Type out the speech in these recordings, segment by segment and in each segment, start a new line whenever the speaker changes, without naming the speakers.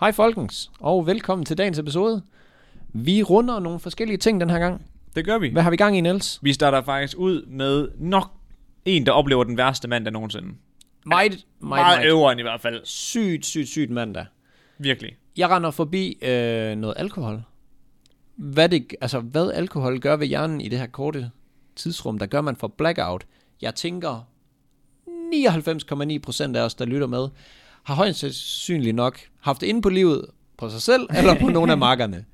Hej folkens, og velkommen til dagens episode. Vi runder nogle forskellige ting den her gang.
Det gør vi.
Hvad har vi gang i, Niels?
Vi starter faktisk ud med nok en, der oplever den værste mandag nogensinde.
Meget,
Meget øveren i hvert fald.
Sygt, sygt, sygt mandag.
Virkelig.
Jeg render forbi øh, noget alkohol. Hvad, det, altså, hvad alkohol gør ved hjernen i det her korte tidsrum, der gør man for blackout. Jeg tænker, 99,9% af os, der lytter med, har højst sandsynligt nok haft det inde på livet på sig selv, eller på nogle af markerne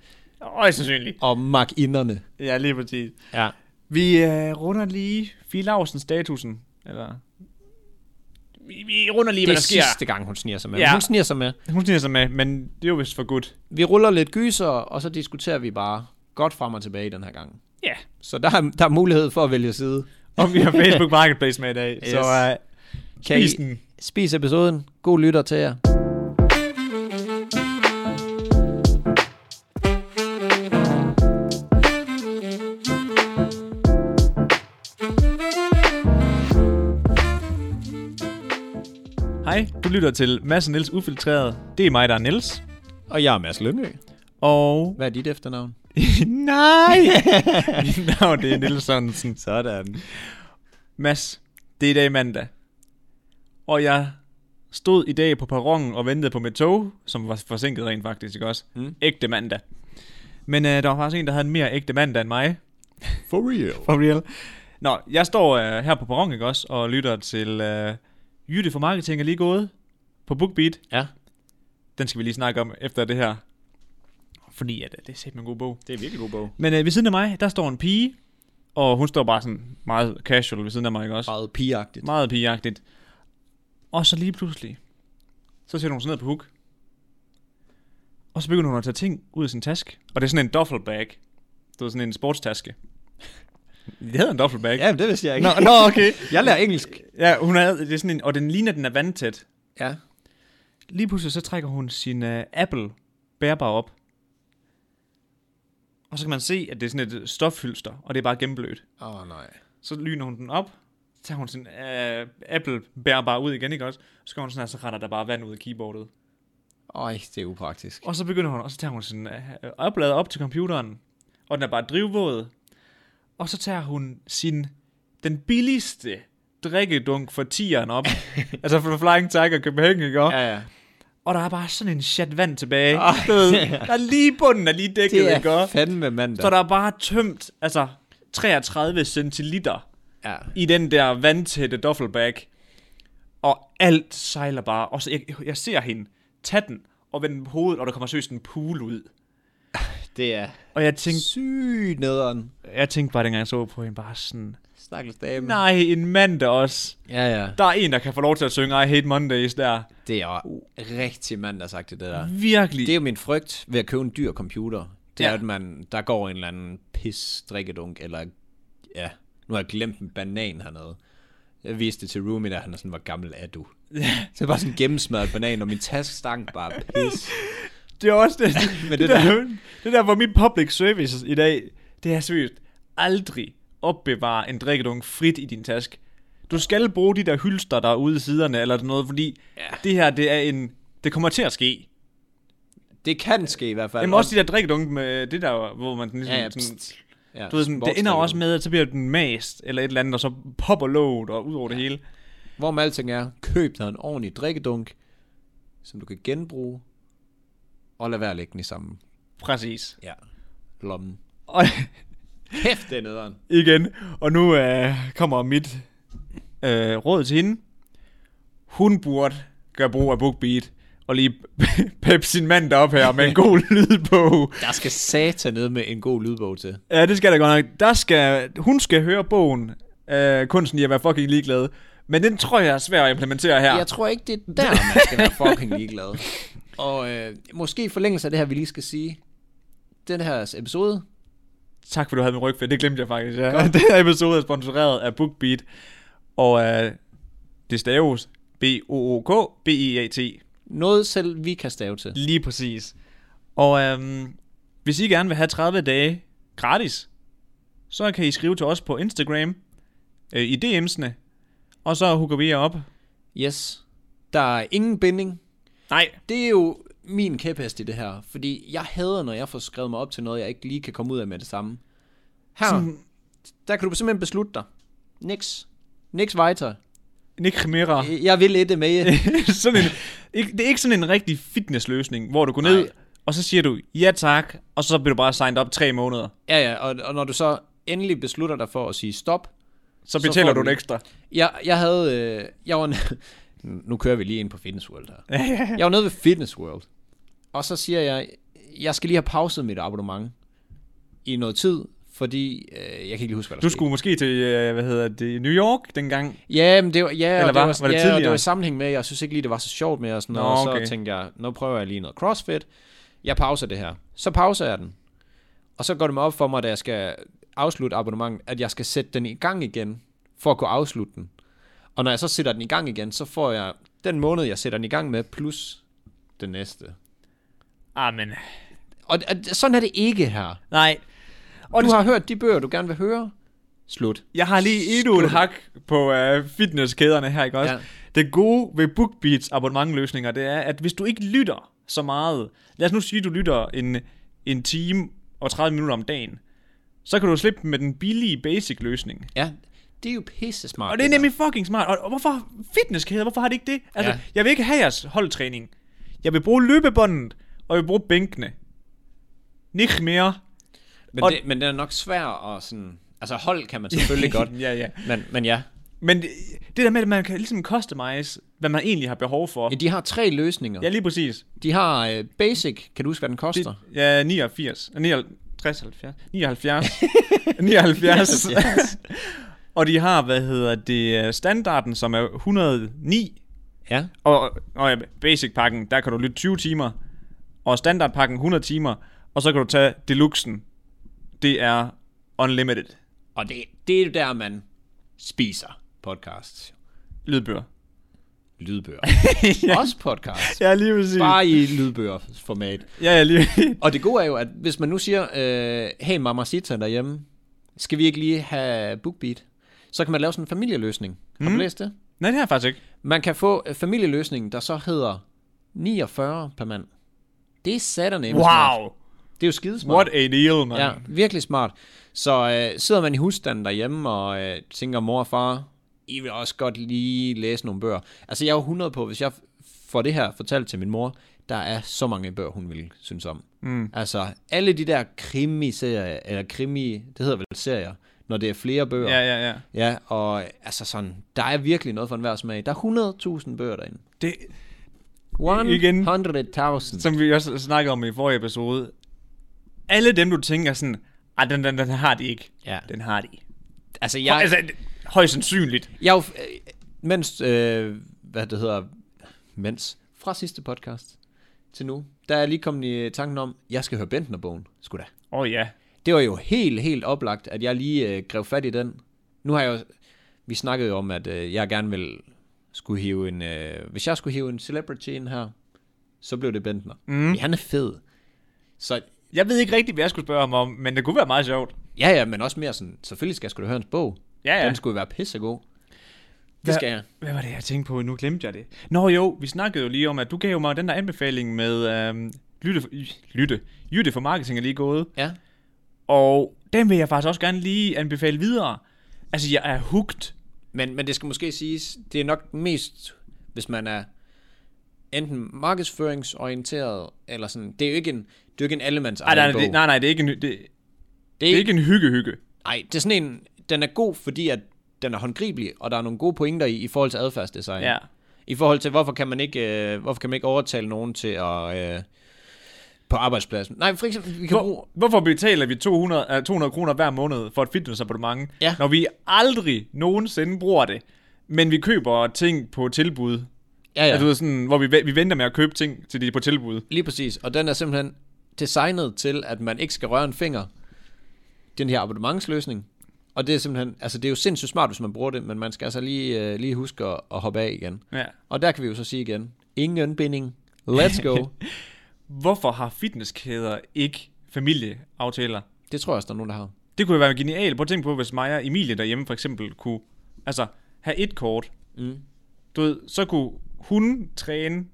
Højst sandsynligt.
og markinderne.
Ja, lige præcis.
Ja.
Vi øh, runder lige Filausen statusen. Eller... Vi, vi runder lige,
Det
hvad
er
der sker.
sidste gang, hun sniger sig med. Ja.
Ja.
Hun sniger sig med.
Hun sniger sig med, men det er jo vist for godt.
Vi ruller lidt gyser, og så diskuterer vi bare godt frem og tilbage den her gang.
Ja. Yeah.
Så der er, der er mulighed for at vælge side.
Og vi har Facebook Marketplace med i dag.
Yes.
Yes. Så øh,
Kan
spis
I-
den.
Spis episoden. God lytter til jer.
Hej, du lytter til Mads og Niels Ufiltreret. Det er mig, der er Niels.
Og jeg er Mads Lønø.
Og...
Hvad er dit efternavn?
Nej! Mit navn det er Niels Sørensen.
Sådan.
Mads, det er i dag mandag. Og jeg stod i dag på perronen og ventede på mit tog, som var forsinket rent faktisk, ikke også?
Mm.
Mm. Ægte mandag. Men øh, der var faktisk en, der havde en mere ægte mandag end mig.
For real.
For real. Nå, jeg står øh, her på perronen, ikke også? Og lytter til øh, Jytte for Marketing er lige gået på BookBeat.
Ja,
Den skal vi lige snakke om efter det her. Fordi at, øh, det er simpelthen en god bog.
det er virkelig god bog.
Men øh, ved siden af mig, der står en pige. Og hun står bare sådan meget casual ved siden af mig, ikke også?
Meget pigeagtigt.
Meget pigeagtigt. Og så lige pludselig, så sætter hun sig ned på hook. Og så begynder hun at tage ting ud af sin taske. Og det er sådan en duffelbag. Det er sådan en sportstaske. Det hedder en duffelbag.
Ja, det vidste jeg ikke.
Nå, nå, okay.
Jeg lærer engelsk.
Ja, hun havde, det er sådan en, og den ligner, den er vandtæt.
Ja.
Lige pludselig så trækker hun sin uh, Apple bærbar op. Og så kan man se, at det er sådan et stofhylster, og det er bare gennemblødt.
Åh, oh, nej.
Så lyner hun den op, så tager hun sin øh, Apple bærbar ud igen, ikke også? Så går hun sådan her, så render der bare vand ud af keyboardet.
Øj, det er upraktisk.
Og så begynder hun, og så tager hun sin øh, øh, oplader op til computeren, og den er bare drivvåd. Og så tager hun sin, den billigste drikkedunk for tieren op. altså for Flying Tiger Copenhagen, ikke også? Ja.
ja.
Og der er bare sådan en chat vand tilbage.
Ah,
Ah, ved,
ja.
der er lige bunden er lige dækket,
Det
ikke
er
også?
fandme mandag.
Så der er bare tømt, altså 33 centiliter
Ja.
i den der vandtætte duffelbag. Og alt sejler bare. Og så jeg, jeg ser hende tage den og vende den på hovedet, og der kommer seriøst en pool ud.
Det er
Og jeg tænkte,
sygt nederen.
jeg tænkte bare, dengang jeg så på hende, bare sådan,
Stakkels dame.
nej, en mand der også.
Ja, ja.
Der er en, der kan få lov til at synge I Hate Mondays der.
Det er
Uh.
jo rigtig mandagsagtigt, det der.
Virkelig.
Det er jo min frygt ved at købe en dyr computer. Det ja. er,
Ja.
at man, der går en eller anden pis drikkedunk, eller ja, nu har jeg glemt en banan hernede. Jeg viste det til roomie, der han er sådan, hvor gammel er du? Så jeg bare sådan en gennemsmadret banan, og min taske stank bare pis.
det er også det,
Men det
Men det, det, der, det der, hvor min public service i dag, det er seriøst aldrig opbevare en drikkedunk frit i din taske. Du skal bruge de der hylster, der er ude i siderne eller sådan noget, fordi ja. det her, det er en... Det kommer til at ske.
Det kan ske i hvert fald.
Jamen også de der drikkedunk med det der, hvor man sådan ligesom...
ja, ja,
sådan,
pst. ja,
du ved, sådan, det ender jo også med, at så bliver den mast eller et eller andet, og så popper låget og ud over ja. det hele.
Hvor med alting er, køb dig en ordentlig drikkedunk, som du kan genbruge, og lad være at lægge den i samme
Præcis.
ja, lommen.
Og
Kæft, det er nederen.
igen. Og nu øh, kommer mit øh, råd til hende. Hun burde gøre brug af BookBeat og lige pep sin mand op her med en god lyd på.
Der skal satan ned med en god lydbog til.
Ja, det skal der godt nok. Der skal, hun skal høre bogen, øh, kunsten i at være fucking ligeglad. Men den tror jeg er svær at implementere her.
Jeg tror ikke, det er der, man skal være fucking ligeglad. Og øh, måske i forlængelse af det her, vi lige skal sige, den her episode,
Tak for, du havde min ryg, for det glemte jeg faktisk. Ja. Den her episode er sponsoreret af BookBeat, og øh, det staves E B-O-O-K-B-E-A-T.
noget selv vi kan stave til.
Lige præcis. Og øhm, hvis I gerne vil have 30 dage gratis, så kan I skrive til os på Instagram øh, i DM'sene, og så hugger vi jer op.
Yes. Der er ingen binding.
Nej,
Det er jo min kæphest i det her, fordi jeg hader, når jeg får skrevet mig op til noget, jeg ikke lige kan komme ud af med det samme.
Ah.
Her, Sådan... der kan du simpelthen beslutte dig. Niks. Niks weiter.
Nick Chimera.
Jeg vil ikke med.
sådan en, ikke, det er ikke sådan en rigtig fitnessløsning, hvor du går ned,
Nej.
og så siger du, ja tak, og så bliver du bare signed op tre måneder.
Ja, ja, og, og når du så endelig beslutter dig for at sige stop,
Så
Så
betaler
får
så du
du
det
det.
ekstra.
Jeg, jeg havde... Øh, jeg var... n- nu kører vi lige ind på Fitness World her. jeg var nede ved Fitness World. Og så siger jeg, jeg skal lige have pauset mit abonnement i noget tid, fordi øh, jeg kan ikke lige huske, hvad der
Du
skete.
skulle måske til, øh, hvad hedder det, New York dengang.
Ja, men det var, ja,
Eller
Eller
hvad?
det var,
Var det
ja, og det
tidligere?
var i sammenhæng med, at jeg synes ikke lige, det var så sjovt med og sådan
Nå,
noget. Og
okay.
så tænkte jeg, nu prøver jeg lige noget crossfit. Jeg pauser det her. Så pauser jeg den. Og så går det mig op for mig, da jeg skal afslutte abonnementet, at jeg skal sætte den i gang igen, for at kunne afslutte den. Og når jeg så sætter den i gang igen, så får jeg den måned, jeg sætter den i gang med, plus den næste.
Ah, men
Og, og sådan er det ikke her.
nej.
Og du har hørt de bøger, du gerne vil høre. Slut.
Jeg har lige endnu et hak på øh, fitnesskæderne her, ikke også? Ja.
Ja.
Det gode ved BookBeats abonnementløsninger, det er, at hvis du ikke lytter så meget, lad os nu sige, at du lytter en, en time og 30 minutter om dagen, så kan du slippe med den billige basic-løsning.
Ja, det er jo pisse smart.
Og det er nemlig fucking smart. Og, og hvorfor fitnesskæder? Hvorfor har det ikke det? Altså, ja.
Ja.
jeg vil ikke have jeres holdtræning. Jeg vil bruge løbebåndet, og jeg vil bruge bænkene. Nicht mere.
Men,
Og-
og det, men den er nok svær at sådan... Altså hold kan man selvfølgelig godt.
ja, ja.
Men, men ja.
Men det, det der med, at man kan ligesom customize, hvad man egentlig har behov for.
ja. De har tre løsninger.
Ja, lige præcis.
De har øh, basic. Kan du huske, hvad den koster? Det,
Ja, 89. 69, 70. 79. 79. og de har, hvad hedder det, standarden, som er 109
ja.
Og, og ja, basic-pakken, der kan du lytte 20 timer. Og standardpakken 100 timer. Og så kan du tage deluxen. Det er unlimited
Og det, det er jo der, man spiser podcasts.
lydbøger.
Lydbøger. Også podcasts.
Ja, lige præcis.
Bare i lydbøgerformat.
Ja, ja, lige.
Og det gode er jo, at hvis man nu siger, øh, hey mamacita derhjemme, skal vi ikke lige have BookBeat? Så kan man lave sådan en familieløsning. Har du
Mhm.
læst det?
Nej, det har jeg faktisk ikke.
Man kan få øh, familieløsningen, der så hedder 49 per mand. Det er satterne.
Wow.
Det er jo skidesmart.
What a deal, man.
Ja, virkelig smart. Så øh, sidder man i husstanden derhjemme og øh, tænker, mor og far, I vil også godt lige læse nogle bøger. Altså jeg er jo 100 på, hvis jeg f- får det her fortalt til min mor, der er så mange bøger, hun ville synes om. Mm. Altså alle de der krimiserier, eller krimi, det hedder vel serier, når det er flere bøger.
Ja, ja, ja.
Ja, og øh, altså sådan, der er virkelig noget for enhver smag. Der er 100.000 bøger derinde.
Det,
100.000.
som vi også snakkede om i forrige episode. Alle dem, du tænker sådan, ah, den, den, den har de ikke.
Ja.
Den har de.
Altså,
Ja.
jeg,
Altså, det- højst sandsynligt.
Jeg er jo, f- øh, mens, øh, hvad det hedder, mens, fra sidste podcast til nu, der er lige kommet i tanken om, jeg skal høre Bentner-bogen, sgu da.
Åh oh, ja.
Det var jo helt, helt oplagt, at jeg lige øh, grev fat i den. Nu har jeg jo, vi snakkede jo om, at øh, jeg gerne vil skulle hive en, øh, hvis jeg skulle hive en celebrity ind her, så blev det Bentner. Mm. Han er fed. Så
Jeg ved ikke rigtig, hvad jeg skulle spørge ham om, men det kunne være meget sjovt.
ja, ja, men også mere sådan, selvfølgelig skal jeg skulle høre hans bog.
Ja, ja.
Den skulle være pissegod.
Hvad-
Det skal jeg.
Hvad var det, jeg tænkte på? Nu glemte jeg det. Nå jo, vi snakkede jo lige om, at du gav mig den der anbefaling med øhm, lytte, for, y- lytte. Jytte for marketing er lige gået.
Ja.
Og den vil jeg faktisk også gerne lige anbefale videre. Altså, jeg er hooked.
Men, men det skal måske siges, det er nok mest, hvis man er enten markedsføringsorienteret, eller sådan, det er jo ikke en, det er jo ikke en allemands
Ej, nej, nej,
bog.
det, nej, nej, det er ikke en, hy- det, det,
det,
er
er
ikke en hygge-hygge.
nej, det er sådan en, den er god, fordi at den er håndgribelig, og der er nogle gode pointer i, i forhold til adfærdsdesign.
Ja.
I forhold til, hvorfor kan man ikke, øh, hvorfor kan man ikke overtale nogen til at, øh, på arbejdspladsen. Nej, for eksempel, vi kan bruge,
Hvor, hvorfor betaler vi 200, øh, 200 kroner hver måned for et fitnessabonnement,
Ja.
når vi aldrig nogensinde bruger det, men vi køber ting på tilbud?
ja,
Ja. Altså, du
ja,
ved, sådan, hvor vi, ve- vi venter med at købe ting, til de er på tilbud.
lige præcis, og den er simpelthen designet til, at man ikke skal røre en finger, den her abonnementsløsning. Og det er simpelthen, altså det er jo sindssygt smart, hvis man bruger det, men man skal altså lige, øh, lige huske at, at hoppe af igen.
Ja.
Og der kan vi jo så sige igen, ingen binding, let's go.
Hvorfor har fitnesskæder ikke familieaftaler?
det tror jeg også, der er nogen, der har.
Det kunne jo være genialt. Prøv at tænke på, hvis mig og Emilie derhjemme for eksempel kunne altså, have et kort.
Mm.
Du ved, så kunne hun træne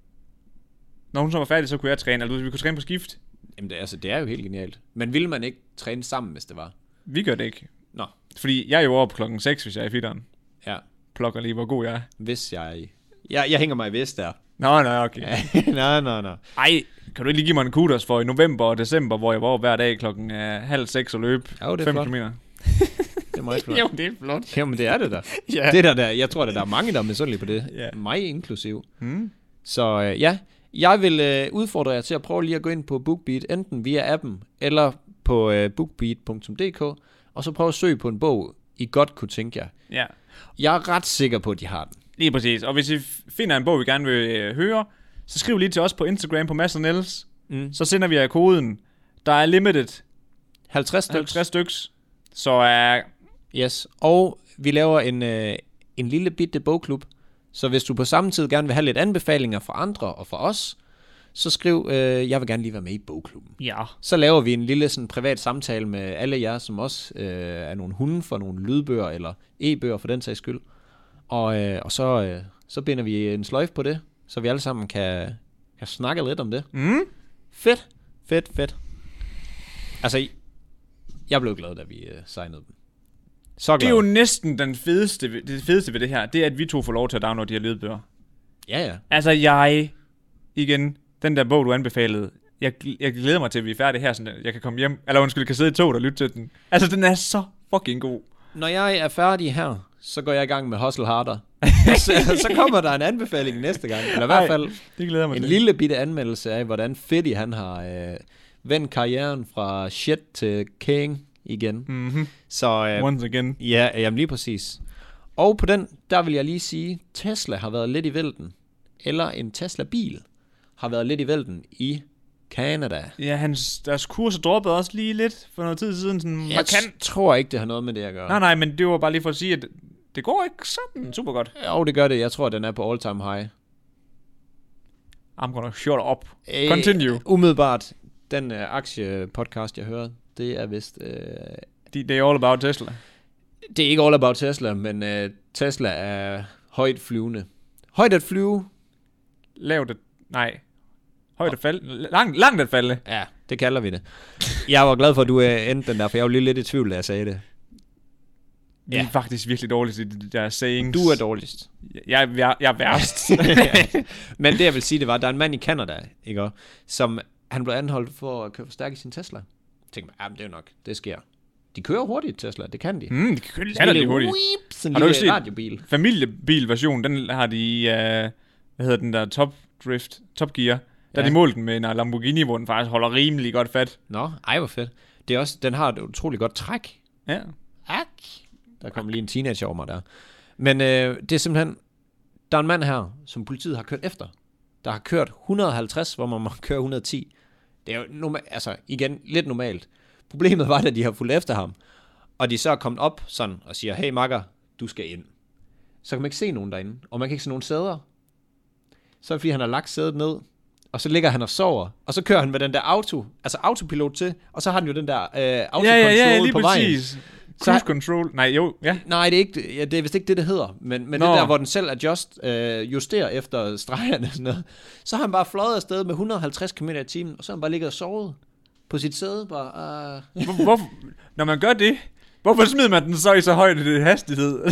når hun så var færdig, så kunne jeg træne. Eller du ved, vi kunne træne på skift.
Jamen, det, altså, det er jo helt genialt. Men ville man ikke træne sammen, hvis det var?
Vi gør det ikke.
Nå,
Fordi jeg er jo over på klokken 6, hvis jeg er i fitteren.
ja.
Plukker lige, hvor god jeg er.
Hvis jeg... Jeg, jeg hænger mig i vest der.
Nå, nej, okay. Ja.
nej, nej, nej.
Ej, kan du ikke lige give mig en kudos for i november og december, hvor jeg var over hver dag klokken øh, halv seks og løb
Jo, det er
5
flot.
km.
Det er meget flot.
Jo, det er flot.
Jamen, det er det der.
Ja.
Det er der, der. Jeg tror, der, der er mange, der er misundelige på det.
Ja.
Mig inklusiv.
Hmm.
Så øh, ja, jeg vil øh, udfordre jer til at prøve lige at gå ind på BookBeat, enten via appen eller på øh, bookbeat.dk, og så prøve at søge på en bog, I godt kunne tænke jer.
Ja,
Jeg er ret sikker på, at de har den.
lige præcis. Og hvis I f- finder en bog, vi gerne vil øh, høre, så skriv lige til os på Instagram på Mads og Niels.
Mm.
Så sender vi jer koden. Der er limited
50 stykker.
50 styks. Så øh, er...
Yes, og vi laver en, øh, en lille bitte bogklub, så hvis du på samme tid gerne vil have lidt anbefalinger fra andre og fra os, så skriv, øh, jeg vil gerne lige være med i bogklubben.
Ja.
Så laver vi en lille sådan, privat samtale med alle jer, som også øh, er nogle hunde for nogle lydbøger eller e-bøger for den sags skyld. Og, øh, og så, øh, så binder vi en sløjf på det, så vi alle sammen kan, kan snakke lidt om det.
Mm?
Fedt, fedt, fedt. Altså, jeg blev glad, da vi øh, signede dem. Så glad.
Det er jo næsten den fedeste, ved- det fedeste ved det her, det er, at vi to får lov til at downloade de her lydbøger.
Ja, ja.
Altså, jeg... Igen, den der bog, du anbefalede, jeg, gl- jeg glæder mig til, at vi er færdige her, så jeg kan komme hjem. Eller undskyld, kan sidde i toget og lytte til den. Altså, den er så fucking god.
Når jeg er færdig her, så går jeg i gang med Hustle Harder. Og så, så kommer der en anbefaling næste gang. Eller i hvert fald
Det glæder jeg mig
en
til.
lille bitte anmeldelse af, hvordan Fetty han har øh, vendt karrieren fra shit til king igen.
Mm-hmm.
Så øh,
Once again.
ja, jamen lige præcis. Og på den, der vil jeg lige sige, Tesla har været lidt i vælten. Eller en Tesla-bil har været lidt i vælten i Canada.
Ja, hans, deres kurser droppede også lige lidt for noget tid siden. Sådan,
Jeg
markant.
tror ikke, det har noget med det at gøre.
Nej, nej, men det var bare lige for at sige, at det går ikke
Mm,
sådan super godt.
Jo, det gør det. Jeg tror, den er på all-time high.
I'm gonna shut up.
Øh,
Continue.
Umiddelbart, den øh, aktiepodcast, jeg hører, det er vist... Øh,
Det de er all about Tesla.
det er ikke all about Tesla, men øh, Tesla er højt flyvende. Højt at flyve?
Lav det. Nej. Højt at falde. Langt, langt at falde.
Ja, det kalder vi det. Jeg var glad for, at du øh, endte den der, for jeg var lige lidt i tvivl, da jeg sagde det.
Vi
Ja.
er faktisk virkelig dårlige til de der sayings.
Du er dårligst.
Jeg, er vær- jeg er værst.
men det, jeg vil sige, det var, at der er en mand i Canada, ikke? også, som han blev anholdt for at køre for stærkt i sin Tesla. Jeg tænkte, ja, det er jo nok, det sker. De kører hurtigt, Tesla, det kan de. Mm.
mm, det kan lander lige hurtigt.
Weep, sådan
Har
en
du
lille
ikke set-
radiobil.
Familiebilversion, den har de i, øh, hvad hedder den der, Top Drift, Top Gear.
Ja.
Der ja. de målt den med en Lamborghini, hvor den faktisk holder rimelig godt fat.
Nå, ej hvor fedt. Det er også, den har et utroligt godt træk.
Ja.
Ak. Der kom lige en teenager over mig der. Men øh, det er simpelthen, der er en mand her, som politiet har kørt efter. Der har kørt 150, hvor man må køre 110. Det er jo norma- altså igen, lidt normalt. Problemet var, at de har fulgt efter ham. Og de så er kommet op sådan og siger, hey makker, du skal ind. Så kan man ikke se nogen derinde, og man kan ikke se nogen sæder. Så er det, fordi han har lagt sædet ned, og så ligger han og sover, og så kører han med den der auto, altså autopilot til, og så har han jo den der øh, autocontrol
Ja, ja, ja, lige
på vejen.
præcis. Cruise control. Nej, jo, ja.
Nej, det er, ikke, ja, det er vist ikke det, det hedder. Men, men det
Nå.
der, hvor den selv adjust, øh, justerer efter stregerne og sådan noget. Så har han bare fløjet afsted med 150 km i timen, og så har han bare ligget og sovet på sit sæde. Bare, øh.
Hvor, hvor, når man gør det, hvorfor smider man den så i så høj en hastighed?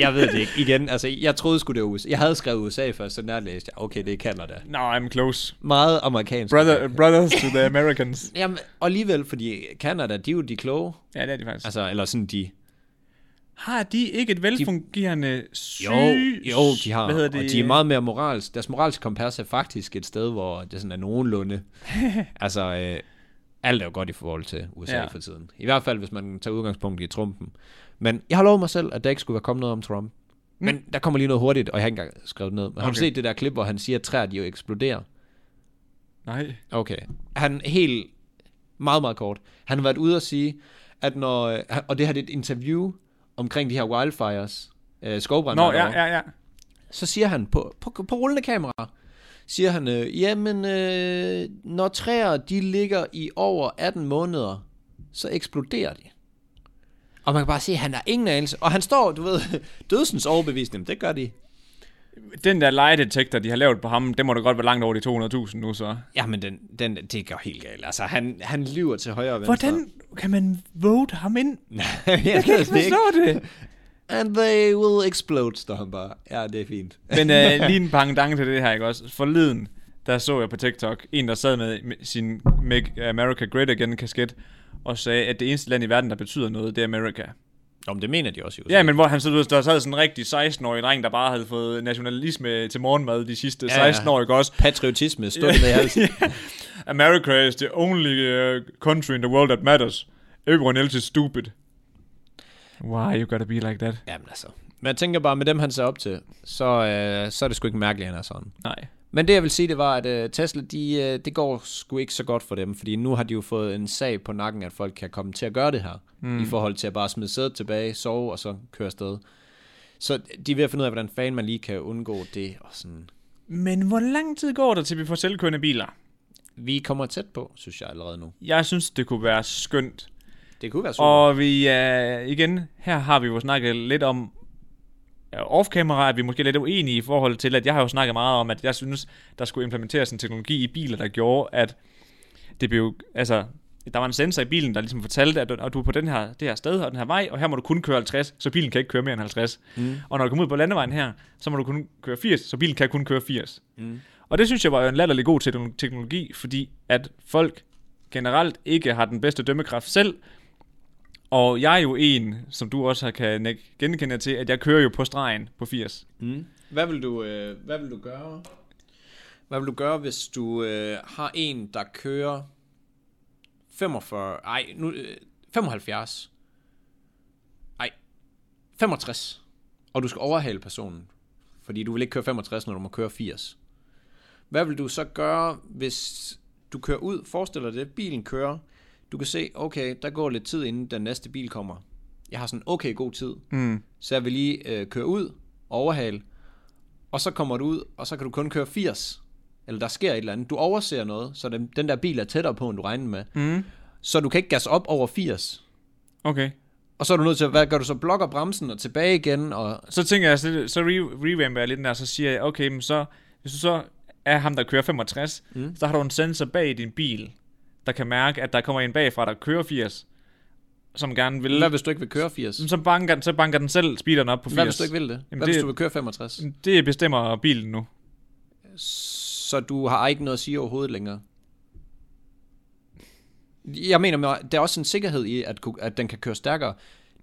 Jeg ved det ikke. Igen, altså, jeg troede sgu det var USA. Jeg havde skrevet USA først, så der læste jeg, okay, det er Canada.
no, I'm close.
Meget amerikansk.
Brother, brothers to the Americans.
Jamen, og alligevel, fordi Canada, de er jo de kloge.
Ja, det er de faktisk.
Altså, eller sådan de...
Har de ikke et velfungerende syg...
Jo, jo, de har.
Hvad hedder det?
Og de er meget mere moralsk. Deres moralske kompas er faktisk et sted, hvor det sådan er nogenlunde. altså, øh, alt er jo godt i forhold til USA ja.
Ja.
for tiden. I hvert fald, hvis man tager udgangspunkt i Trumpen. Men jeg har lovet mig selv, at der ikke skulle være kommet noget om Trump. Men der kommer lige noget hurtigt, og jeg har ikke engang skrevet det ned. Men okay. har du
Okay.
set det der klip, hvor han siger, at træer de jo eksploderer?
Nej.
Okay. Han helt meget, meget kort. Han har været ude og sige, at når, øh, og det her det er et interview omkring de her wildfires, øh, skovbrænder.
Nå,
derovre
ja, ja, ja.
så siger han på, på, på rullende kamera, siger han, øh, jamen, øh, når træer, de ligger i over 18 måneder, så eksploderer de. Og man kan bare se, at han har ingen anelse. Og han står, du ved, dødsens overbevisning, det gør de.
Den der legedetektor, de har lavet på ham, den må da godt være langt over de 200.000 nu, så.
Jamen, den, den, det går helt galt. Altså, han, han lyver til højre og venstre.
Hvordan kan man vote ham ind?
jeg, jeg
kan ikke forstå det.
And they will explode, står han bare. Ja, det er fint.
Men øh, lige en pangdang til det her, ikke også? Forleden, der så jeg på TikTok, en der sad med med sin Make America Great Again kasket, og sagde, at det eneste land i verden, der betyder noget, det er Amerika.
Nå, men det mener de også i USA.
Ja, men hvor han så, du ved, der sad sådan en rigtig 16-årig dreng, der bare havde fået nationalisme til morgenmad de sidste
Ja,
ja,
ja.
16 år, ikke også?
Patriotisme, stå med i halsen.
America is the only uh, country in the world that matters. Everyone else is stupid. Why you gotta be like that?
Jamen altså. Men jeg tænker bare, med dem han ser op til, så, øh, så er det sgu ikke mærkeligt, at han er sådan.
Nej.
Men det jeg vil sige, det var, at øh, Tesla, de, øh, det går sgu ikke så godt for dem, fordi nu har de jo fået en sag på nakken, at folk kan komme til at gøre det her, mm. i forhold til at bare smide sædet tilbage, sove og så køre afsted. Så de er ved at finde ud af, hvordan fanden man lige kan undgå det. Og sådan.
Men hvor lang tid går der, til vi får selvkørende biler?
Vi kommer tæt på, synes jeg allerede nu.
Jeg synes, det kunne være skønt.
Det kunne være super.
Og vi er, igen, her har vi jo snakket lidt om ja, off-camera, at vi er måske lidt uenige i forhold til, at jeg har jo snakket meget om, at jeg synes, der skulle implementeres en teknologi i biler, der gjorde, at det blev, altså, der var en sensor i bilen, der ligesom fortalte, at og du er på den her, det her sted og den her vej, og her må du kun køre 50, så bilen kan ikke køre mere end 50. Mm. Og når du kommer ud på landevejen her, så må du kun køre 80, så bilen kan kun køre 80. Mm. Og det synes jeg var jo en latterlig god tekno- teknologi, fordi at folk generelt ikke har den bedste dømmekraft selv, og jeg er jo en, som du også har kan nik- genkende til, at jeg kører jo på stregen på 80.
Mm. Hvad, vil du, øh, hvad vil du gøre? Hvad vil du gøre, hvis du øh, har en, der kører 45, ej, nu, øh, 75, ej, 65, og du skal overhale personen, fordi du vil ikke køre 65, når du må køre 80. Hvad vil du så gøre, hvis du kører ud, forestil dig det, bilen kører, du kan se, okay, der går lidt tid, inden den næste bil kommer. Jeg har sådan okay god tid,
Mm.
så jeg vil lige øh, køre ud, overhale, og så kommer du ud, og så kan du kun køre 80. Eller der sker et eller andet. Du overser noget, så den, den der bil er tættere på, end du regnede med.
Mm.
Så du kan ikke gasse op over 80.
Okay.
Og så er du nødt til, at- hvad gør du så? Blokker bremsen og tilbage igen, og
Så tænker jeg, så, så re- revamper jeg lidt den der, så siger jeg, okay, men så, hvis du så er ham, der kører 65, mm. så har du en sensor bag i din bil, der kan mærke, at der kommer en bagfra, der kører 80, som gerne vil.
hvad hvis du ikke vil køre 80?
Så banker, den, så banker den selv speederen op på 80.
Hvad hvis du ikke vil det? Hvad
Jamen,
hvis
det-
du vil køre 65?
Det bestemmer bilen nu.
Så du har ikke noget at sige overhovedet længere. Jeg mener, der er også en sikkerhed i, at, ku- at den kan køre stærkere.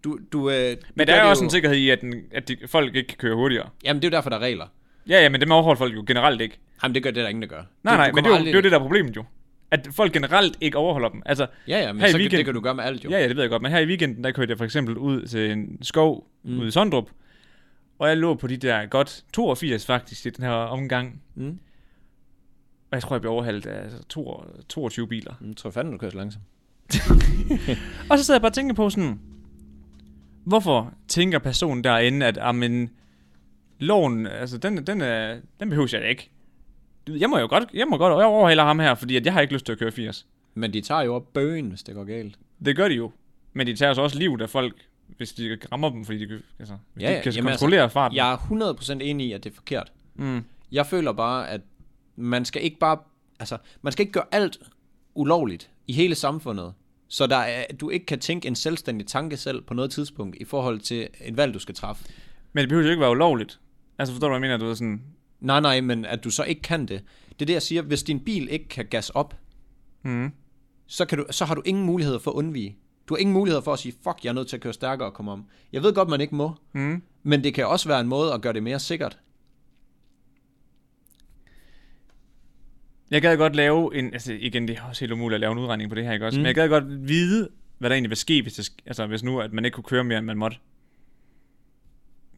Du, du, øh, du
Men
gør
der er
det
også
jo-
en sikkerhed i, at, den, at de, folk ikke kan køre hurtigere.
Jamen, det er jo derfor, der er regler.
Ja, ja, men det overholder folk jo generelt ikke.
Jamen, det gør det, der ingen, der gør.
Nej,
du,
nej,
du
men det
kommer
er, jo,
aldrig-
det er jo det, der er problemet jo. At folk generelt ikke overholder dem. Altså,
Ja, ja, men
Her i
så kan,
weekenden-
det kan du gøre med alt jo.
ja, ja, det ved jeg godt, men her i weekenden, der kørte jeg for eksempel ud til en skov mm. ude i Sondrup, og jeg lå på de der godt 82 faktisk i den her omgang.
Mm.
Og jeg tror, jeg blev overhalet af altså, to- 22 biler.
Jeg tror fandme, du kører så langsomt.
Og så sad jeg bare og tænkte på sådan, hvorfor tænker personen derinde, at amen, loven, altså den, den, er, den behøver jeg da ikke. Du ved, Jeg må jo godt, jeg må godt jeg overhaler ham her, fordi at jeg har ikke lyst til at køre 80.
Men de tager jo op bøgen, hvis det går galt.
Det gør de jo. Men de tager så også livet af folk, hvis de rammer dem, fordi de, kan- altså, hvis
Ja,
ja,
ja,
de kan
jamen
kontrollere altså, farten.
Jeg er 100% enig i, at det er forkert.
Mm.
Jeg føler bare, at man skal ikke bare... Altså, man skal ikke gøre alt ulovligt i hele samfundet. Så der er, du ikke kan tænke en selvstændig tanke selv på noget tidspunkt i forhold til et valg, du skal træffe.
Men det behøver jo ikke være ulovligt. Altså forstår du, hvad jeg mener? Du ved sådan,
Nej, nej, men at du så ikke kan det. Det er det, jeg siger. Hvis din bil ikke kan gas op,
mm.
så, kan du, så har du ingen mulighed for at undvige. Du har ingen mulighed for at sige, fuck, jeg er nødt til at køre stærkere og komme om. Jeg ved godt, man ikke må,
Mm.
men det kan også være en måde at gøre det mere sikkert.
Jeg gad godt lave en, altså igen, det er også helt umuligt at lave en udregning på det her, ikke også? Mm. Men jeg gad godt vide, hvad der egentlig vil ske, hvis, det, sk- altså, hvis nu, at man ikke kunne køre mere, end man måtte.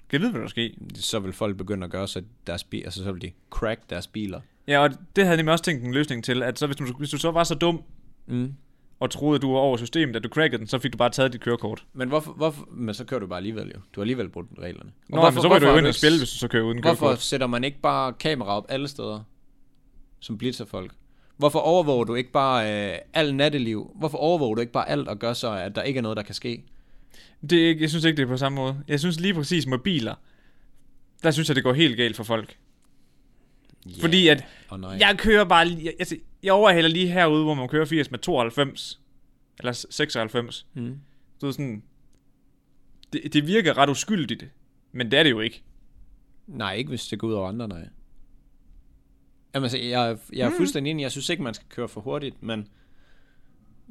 Kan jeg vide, hvad der vil ske?
Så vil folk begynde at gøre, så, deres bil, altså, så vil de crack deres biler.
Ja, og det havde jeg nemlig også tænkt en løsning til, at så hvis, du, hvis du så var så dum,
Mm.
og troede, at du var over systemet, at du crackede den, så fik du bare taget dit kørekort.
Men, hvorfor, hvorfor, men så kører du bare alligevel jo. Du har alligevel brudt reglerne. Og
Nå, hvorfor, men så var du
hvorfor
jo
har
ind og
ikke-
spille, hvis du så kører uden
Hvorfor
kørekort.
sætter man ikke bare kamera op alle steder, som blitzer folk? Hvorfor overvåger du ikke bare øh, alt natteliv? Hvorfor overvåger du ikke bare alt og gør så, at der ikke er noget, der kan ske?
Det er ikke, jeg synes ikke, det er på samme måde. Jeg synes lige præcis med biler, der synes jeg, det går helt galt for folk.
Yeah.
Fordi at-
Oh, nej.
Jeg kører bare lige, jeg, altså, jeg overhælder lige herude, hvor man kører 80 med 92, eller 96.
Mm.
Så det er sådan, det, det virker ret uskyldigt, men det er det jo ikke.
Nej, ikke hvis det går ud over andre, nej. Jamen, altså, jeg, jeg er fuldstændig enig. Jeg synes ikke, man skal køre for hurtigt, men...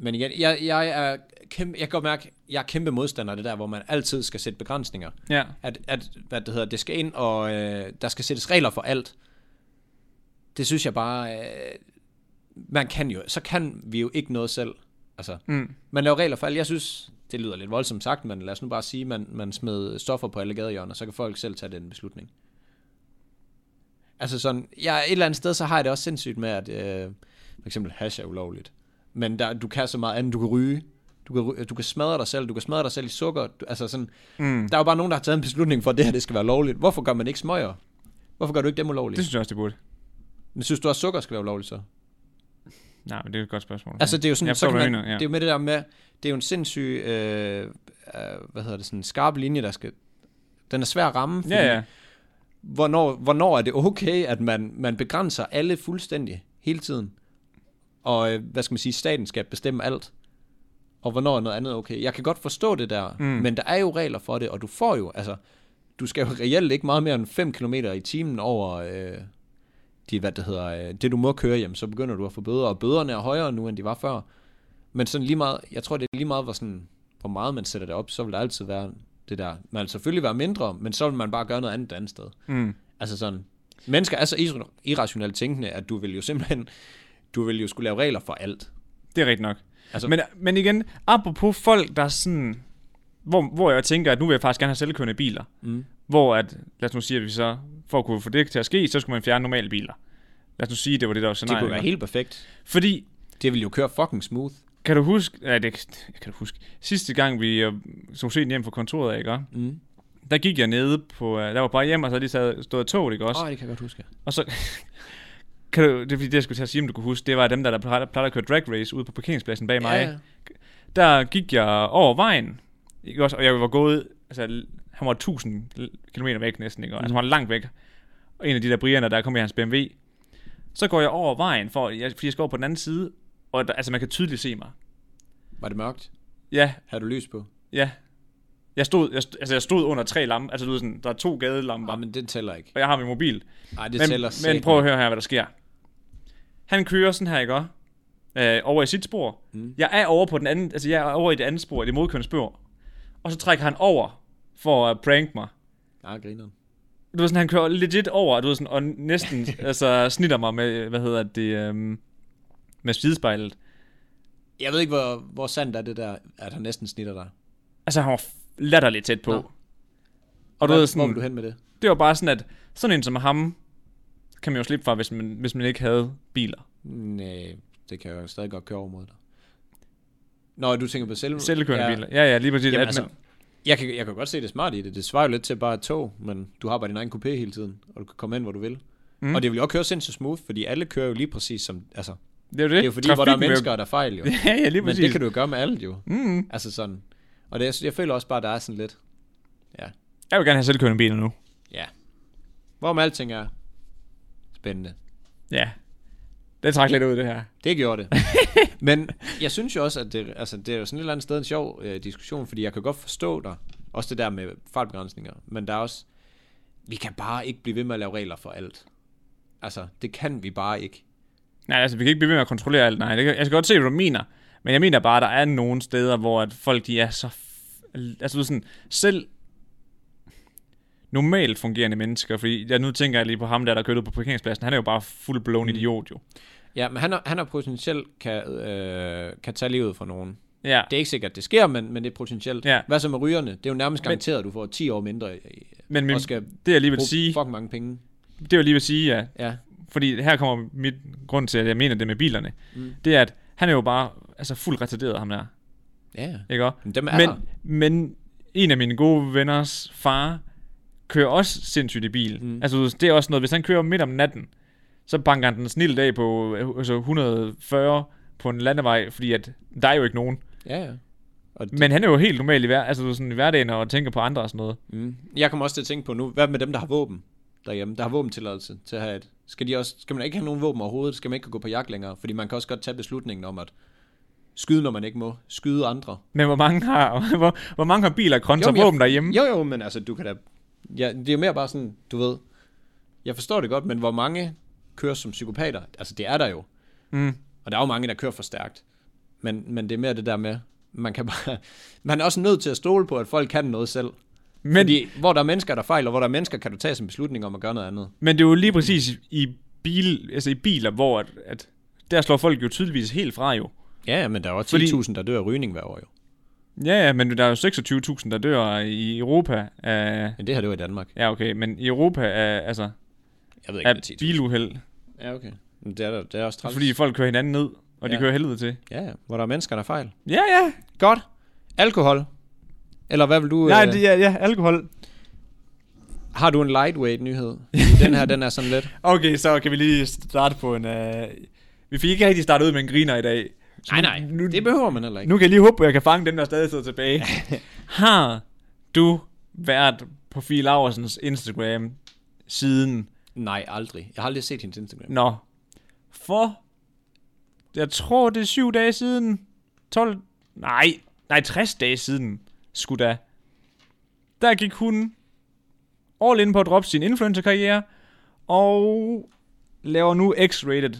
Men igen, jeg, jeg, er kæmpe, jeg kan godt mærke, jeg er kæmpe modstander af det der, hvor man altid skal sætte begrænsninger.
Ja.
At, at hvad det hedder, det skal ind, og øh, der skal sættes regler for alt. Det synes jeg bare... Øh, man kan jo... Så kan vi jo ikke noget selv. Altså,
Mm.
man laver regler for alt. Jeg synes, det lyder lidt voldsomt sagt, men lad os nu bare sige, at man, man smed stoffer på alle gadehjørner, så kan folk selv tage den beslutning. Altså sådan, jeg, et eller andet sted, så har jeg det også sindssygt med, at øh, for eksempel hash er ulovligt. Men der, du kan så meget andet, du kan ryge, du kan, ry- du kan smadre dig selv, du kan smadre dig selv i sukker. Du, altså sådan,
Mm.
der er jo bare nogen, der har taget en beslutning for, at det her det skal være lovligt. Hvorfor gør man ikke smøger? Hvorfor gør du ikke dem ulovlige?
Det
Det...
synes jeg også, det burde.
Men synes du også, sukker skal være ulovligt så?
Nej, men det er et godt spørgsmål.
Altså det er jo sådan,
Jeg
så kan man,
forstår, hvad du mener, ja.
det er jo med det der med, det er jo en sindssyg, øh, øh, hvad hedder det, sådan en skarp linje, der skal, den er svær at ramme, fordi
ja, ja.
hvornår, hvornår er det okay, at man, man begrænser alle fuldstændig hele tiden, og øh, hvad skal man sige, staten skal bestemme alt, og hvornår er noget andet okay. Jeg kan godt forstå det der, mm. men der er jo regler for det, og du får jo, altså, du skal jo reelt ikke meget mere end 5 km i timen over øh, de, hvad det, hedder, øh, det, du må køre hjem, så begynder du at få bøder, og bøderne er højere nu, end de var før. Men sådan lige meget, jeg tror, det er lige meget, hvor, sådan, hvor meget man sætter det op, så vil der altid være det der. Man vil selvfølgelig være mindre, men så vil man bare gøre noget andet et andet sted.
Mm.
Altså sådan, mennesker er så irra- irrationelt tænkende, at du vil jo simpelthen, du vil jo skulle lave regler for alt.
Det er rigtigt nok.
Altså-
Altså, men, men igen, apropos folk, der er sådan... Hvor, hvor jeg tænker, at nu vil jeg faktisk gerne have selvkørende biler.
Mm.
Hvor at, lad os nu sige, at vi så, for at kunne få det til at ske, så skulle man fjerne normale biler. Lad os nu sige, det var det, der var
Det
scenariet.
Nej, kunne være helt perfekt.
Fordi,
Det vil jo køre fucking smooth.
kan du huske... Nej, det kan du huske. Sidste gang, vi øh, så sent hjem fra kontoret, af, ikke? også?
Mm.
Der gik jeg nede på... øh, Der var bare hjem, og så havde de sad, stået toget, ikke også?
Åh, oh, det kan jeg godt huske.
Og så... Kan du, det er fordi, det jeg skulle til at sige, om du kunne huske, det var dem, der, der plejede plejede at køre drag race ude på parkeringspladsen bag mig.
Ja, ja.
der gik jeg over vejen, ikke også? Og jeg var gået, altså l- han var 1000 l- kilometer væk næsten, ikke? Mm. Altså han var langt væk. Og en af de der brianer, der kom i hans BMW. Så går jeg over vejen, for, jeg, fordi jeg skal over på den anden side, og der, altså man kan tydeligt se mig.
Var det mørkt?
Ja,
Havde du lys på?
ja. Jeg stod, jeg, st- altså jeg stod under tre lamper, altså du ved sådan, der er to gadelamper,
Nej, men det tæller ikke.
og jeg har min mobil.
Nej, det
Men,
tæller
men
satme.
prøv at høre her, hvad der sker. Han kører sådan her, ikke også? Øh, over i sit spor. Mm. Jeg er over på den anden, altså jeg er over i det andet spor, i det modkørende spor. Og så trækker han over for at prank mig.
Ah, grineren.
Du ved sådan, han kører legit over, du ved sådan, og næsten altså, snitter mig med, hvad hedder det, øhm, med sidespejlet.
Jeg ved ikke, hvor, hvor sandt er det der, at han næsten snitter dig.
Altså han var f- latterligt tæt på.
Nå.
Og du
Hvor-
ved
Hvor
sådan,
vil du hen med det?
det var bare sådan, at sådan en som ham, kan man jo slippe fra, hvis man, hvis man ikke havde biler.
Nej, det kan jeg jo stadig godt køre over mod dig. Nå, du tænker på selv...
Selvkørende ja. biler. Ja, ja, lige præcis.
Jamen,
at
altså,
man-
jeg, kan, jeg kan godt se det smart i det. Det svarer jo lidt til bare et tog, men du har bare din egen coupé hele tiden, og du kan komme hen, hvor du vil. Mm. Og det vil jo også køre sindssygt smooth, fordi alle kører jo lige præcis som... Altså, det
Det er jo det.
er jo fordi, hvor der er
Trafikken vil-
mennesker, der fejler jo.
ja, ja, lige
men
præcis.
det kan du jo gøre med alle jo.
Mm.
Altså sådan. Og det, jeg, jeg føler også bare, der er sådan lidt... Ja.
Jeg vil gerne have selvkørende biler nu.
Ja. Hvorom alting er spændende.
Ja. Det trak lidt ud, det her.
Det gjorde det. Men jeg synes jo også, at det, altså, det er jo sådan et eller andet sted en sjov øh, diskussion, fordi jeg kan godt forstå dig. Også det der med fartbegrænsninger. Men der er også... Vi kan bare ikke blive ved med at lave regler for alt. Altså, det kan vi bare ikke.
Nej, altså, vi kan ikke blive ved med at kontrollere alt. Nej, det kan, jeg skal godt se, hvad du mener. Men jeg mener bare, at der er nogle steder, hvor at folk de er så... F- altså, du ved sådan, selv normalt fungerende mennesker, fordi jeg nu tænker jeg lige på ham der, der kørte ud på parkeringspladsen, han er jo bare fuld blown mm. idiot jo.
Ja, men han er, han er potentielt kan, øh, kan tage livet fra nogen.
Ja,
Det er ikke sikkert, at det sker, men, men det er potentielt.
Ja.
Hvad så med rygerne? Det er jo nærmest garanteret, at du får 10 år mindre i-
men min,
og skal
det jeg lige vil
bruge
sige,
fucking mange penge.
det jeg lige vil sige, ja,
Ja.
fordi her kommer mit grund til, at jeg mener det med bilerne, mm. det er, at han er jo bare altså fuld retarderet, ham der.
Ja, ja.
Ikke også?
Men dem er
men,
der.
men en af mine gode venners far kører også sindssygt i bil. Mm. Altså, du ved, det er også noget, hvis han kører midt om natten, så banker han den snildt dag på øh, altså 140 på en landevej, fordi at der er jo ikke nogen.
Ja, ja. Og det,
Men han er jo helt normal i, hver, altså sådan i hverdagen og tænker på andre og sådan noget.
mm. Jeg kommer også til at tænke på nu, hvad med dem, der har våben derhjemme, der har våbentilladelse til at have et? Skal, de også, skal man ikke have nogen våben overhovedet? Skal man ikke kunne gå på jagt længere? Fordi man kan også godt tage beslutningen om at skyde, når man ikke må. Skyde andre.
Men hvor mange har, hvor, hvor mange har biler kontra
Jo, men jeg-
våben derhjemme?
Jo, jo, men altså, du kan da... Ja, det er jo mere bare sådan, du ved... Jeg forstår det godt, men hvor mange kører som psykopater? Altså, det er der jo.
Mm.
Og der er jo mange, der kører for stærkt. Men, men det er mere det der med, man kan bare... Man er også nødt til at stole på, at folk kan noget selv.
Men,
Men Fordi, hvor der er mennesker, der fejler, hvor der er mennesker, kan du tage som beslutning om at gøre noget andet.
men det er jo lige præcis i, bil, altså i biler, hvor at, at der slår folk jo tydeligvis helt fra jo.
Ja, ja, men der er jo
Fordi-
10.000, der dør af rygning hver år jo.
Ja, ja, men der er jo 26.000, der dør i Europa af...
Men det her, det var i Danmark.
Ja, okay, men i Europa af, altså,
Jeg ved ikke,
af
om det er 10.000.
biluheld.
Ja, okay. Men det er, der, det er også træls.
Fordi folk kører hinanden ned, og de
Ja.
kører helvede til.
Ja, ja, hvor der er mennesker, der fejler.
Ja, ja.
Godt. Alkohol. Eller hvad vil du...
Nej,
øh,
det, ja, ja, alkohol.
Har du en lightweight nyhed? den her, den er sådan lidt.
Okay, så kan vi lige starte på en... Uh... Vi fik ikke rigtig startet ud med en griner i dag. Så
Nej, nej.
Nu,
Det behøver man heller ikke.
nu kan jeg lige håbe, at jeg kan fange den, der stadig sidder tilbage. Har du været på Fie Laursens Instagram siden...
Nej, aldrig. Jeg har aldrig set hendes Instagram.
Nå. For... Jeg tror, det er syv dage siden. 12... Nej. Nej, 60 dage siden. Skulle da. Der gik hun all in på at droppe sin influencerkarriere. Og laver nu X-rated.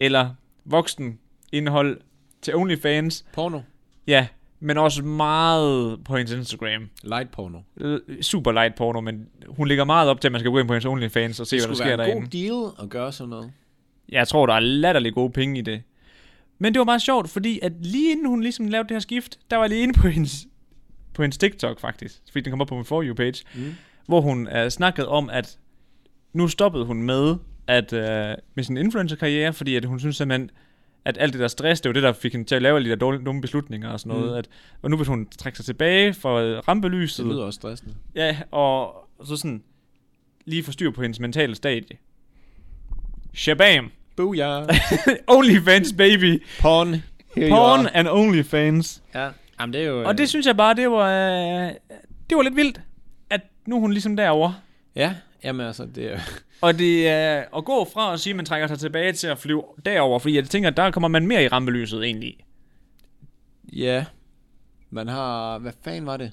Eller voksen indhold til OnlyFans.
Porno.
Ja, men også meget på hendes Instagram.
Light porno.
L- Super light porno, men hun ligger meget op til, at man skal gå ind på hendes OnlyFans og se,
Det
hvad der
skulle
sker
være en
derinde.
god deal at gøre sådan noget.
Jeg tror, der er latterlig gode penge i det. Men det var meget sjovt, fordi at lige inden hun ligesom lavede det her skift, der var jeg lige inde på hendes, på hendes TikTok faktisk, fordi den kom op på min For You page, mm. hvor hun uh, snakkede om, at nu stoppede hun med at uh, med sin influencerkarriere, fordi at hun synes simpelthen, at alt det der stress, det var det, der fik hende til at lave alle de der dårlige, dumme beslutninger og sådan noget. Mm. At, og nu vil hun trække sig tilbage fra øh, rampelyset.
Det lyder også stressende.
Ja, og så sådan lige få styr på hendes mentale stadie. Shabam!
Booyah.
OnlyFans, baby.
Porn. Here you
Porn
are.
and OnlyFans.
Ja. Jamen, det er jo...
Og det synes jeg bare, det var, øh, det var lidt vildt, at nu er hun ligesom derovre.
Ja, jamen altså, det er...
Og det er øh, at gå fra at sige, at man trækker sig tilbage til at flyve derover, fordi jeg tænker, at der kommer man mere i rampelyset egentlig.
Ja. Man har... Hvad fanden var det?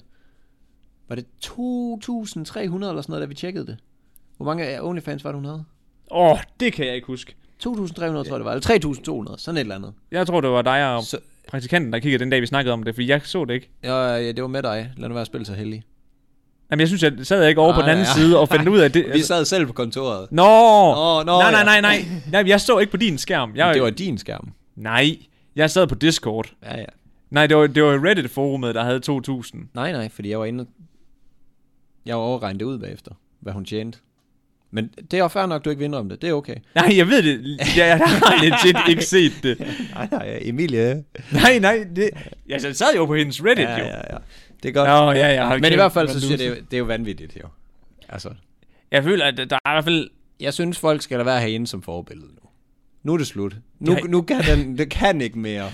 Var det 2.300 eller sådan noget, da vi tjekkede det? Hvor mange af OnlyFans var det, hun havde?
Åh, oh, det kan jeg ikke huske.
2.300, tror jeg det var. Eller 3.200, sådan et eller andet.
Jeg tror, det var dig og
Så-
praktikanten, der kiggede den dag, vi snakkede om det, fordi jeg så det ikke.
Ja, ja, det var med dig. Lad nu være at spille så heldig.
Jamen, jeg synes, jeg sad ikke over på den
Nej,
anden
nej.
side og fandt ud af det.
Ah, Vi sad selv på kontoret.
Nå,
Nå, nå,
nej, nej,
ja.
nej, nej, nej. Jeg så ikke på din skærm. Jeg,
Det var din skærm.
Nej, jeg sad på Discord.
Ja, ja.
Nej, det var, det var Reddit-forumet, der havde 2.000.
Nej, nej, fordi jeg var inde... Jeg var overregnet det ud bagefter, hvad hun tjente. Men det er jo fair nok, du ikke vinder om det. Det er okay.
Nej, jeg ved det. Jeg, jeg har legit ikke set det.
Nej, nej, Emilie.
Nej, nej. Det, jeg sad- sad jo på hendes Reddit,
Ja,
jo.
ja, ja. Det er godt.
Nå, ja, ja. hold
Men i
kæft,
hvert fald,
hvor
så synes jeg,
du-
det er, det er jo vanvittigt, jo. Altså,
Jeg føler, at der er i hvert fald...
jeg synes, folk skal lade være herinde som forbillede nu. Nu er det slut. Nu,
Nej.
nu kan den, det kan ikke mere.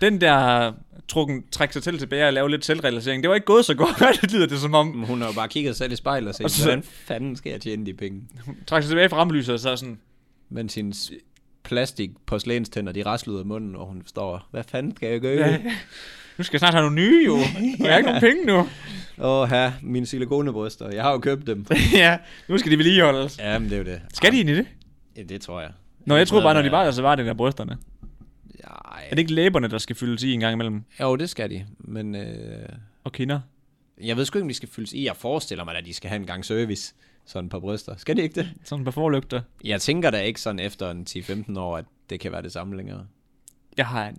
Den der trukken trække sig til tilbage og lave lidt selvrealisering, det var ikke gået så godt, det lyder det som om.
Hun har jo bare kigget sig selv i spejlet og set,
Og så-
hvordan fanden skal jeg tjene de penge?
Hun trak sig tilbage fra rampelyset og så sådan...
Men sin plastik porcelænstænder, de rasler ud af munden, og hun står, hvad fanden skal jeg gøre?
Ja. Nu skal jeg snart have nogle nye, jo. Og jeg har ikke nogen penge nu.
Åh, her, mine silikonebryster. Jeg har jo købt dem.
ja, nu skal de vedligeholdes.
ja, men det er jo det.
Skal de ind i det?
Ja, det tror jeg.
Nå, jeg troede bare, når de var
var...
der, så var det der brysterne.
Nej.
Er det ikke læberne, der skal fyldes i en gang imellem?
Jo, det skal de. Men øh,
Og kinder?
jeg ved sgu ikke, om de skal fyldes i. Jeg forestiller mig, at de skal have en gang service. Sådan et par bryster. Skal de ikke det?
Sådan på forlygter.
Jeg tænker da ikke sådan efter en 10-15 år, at det kan være det samme længere.
Jeg har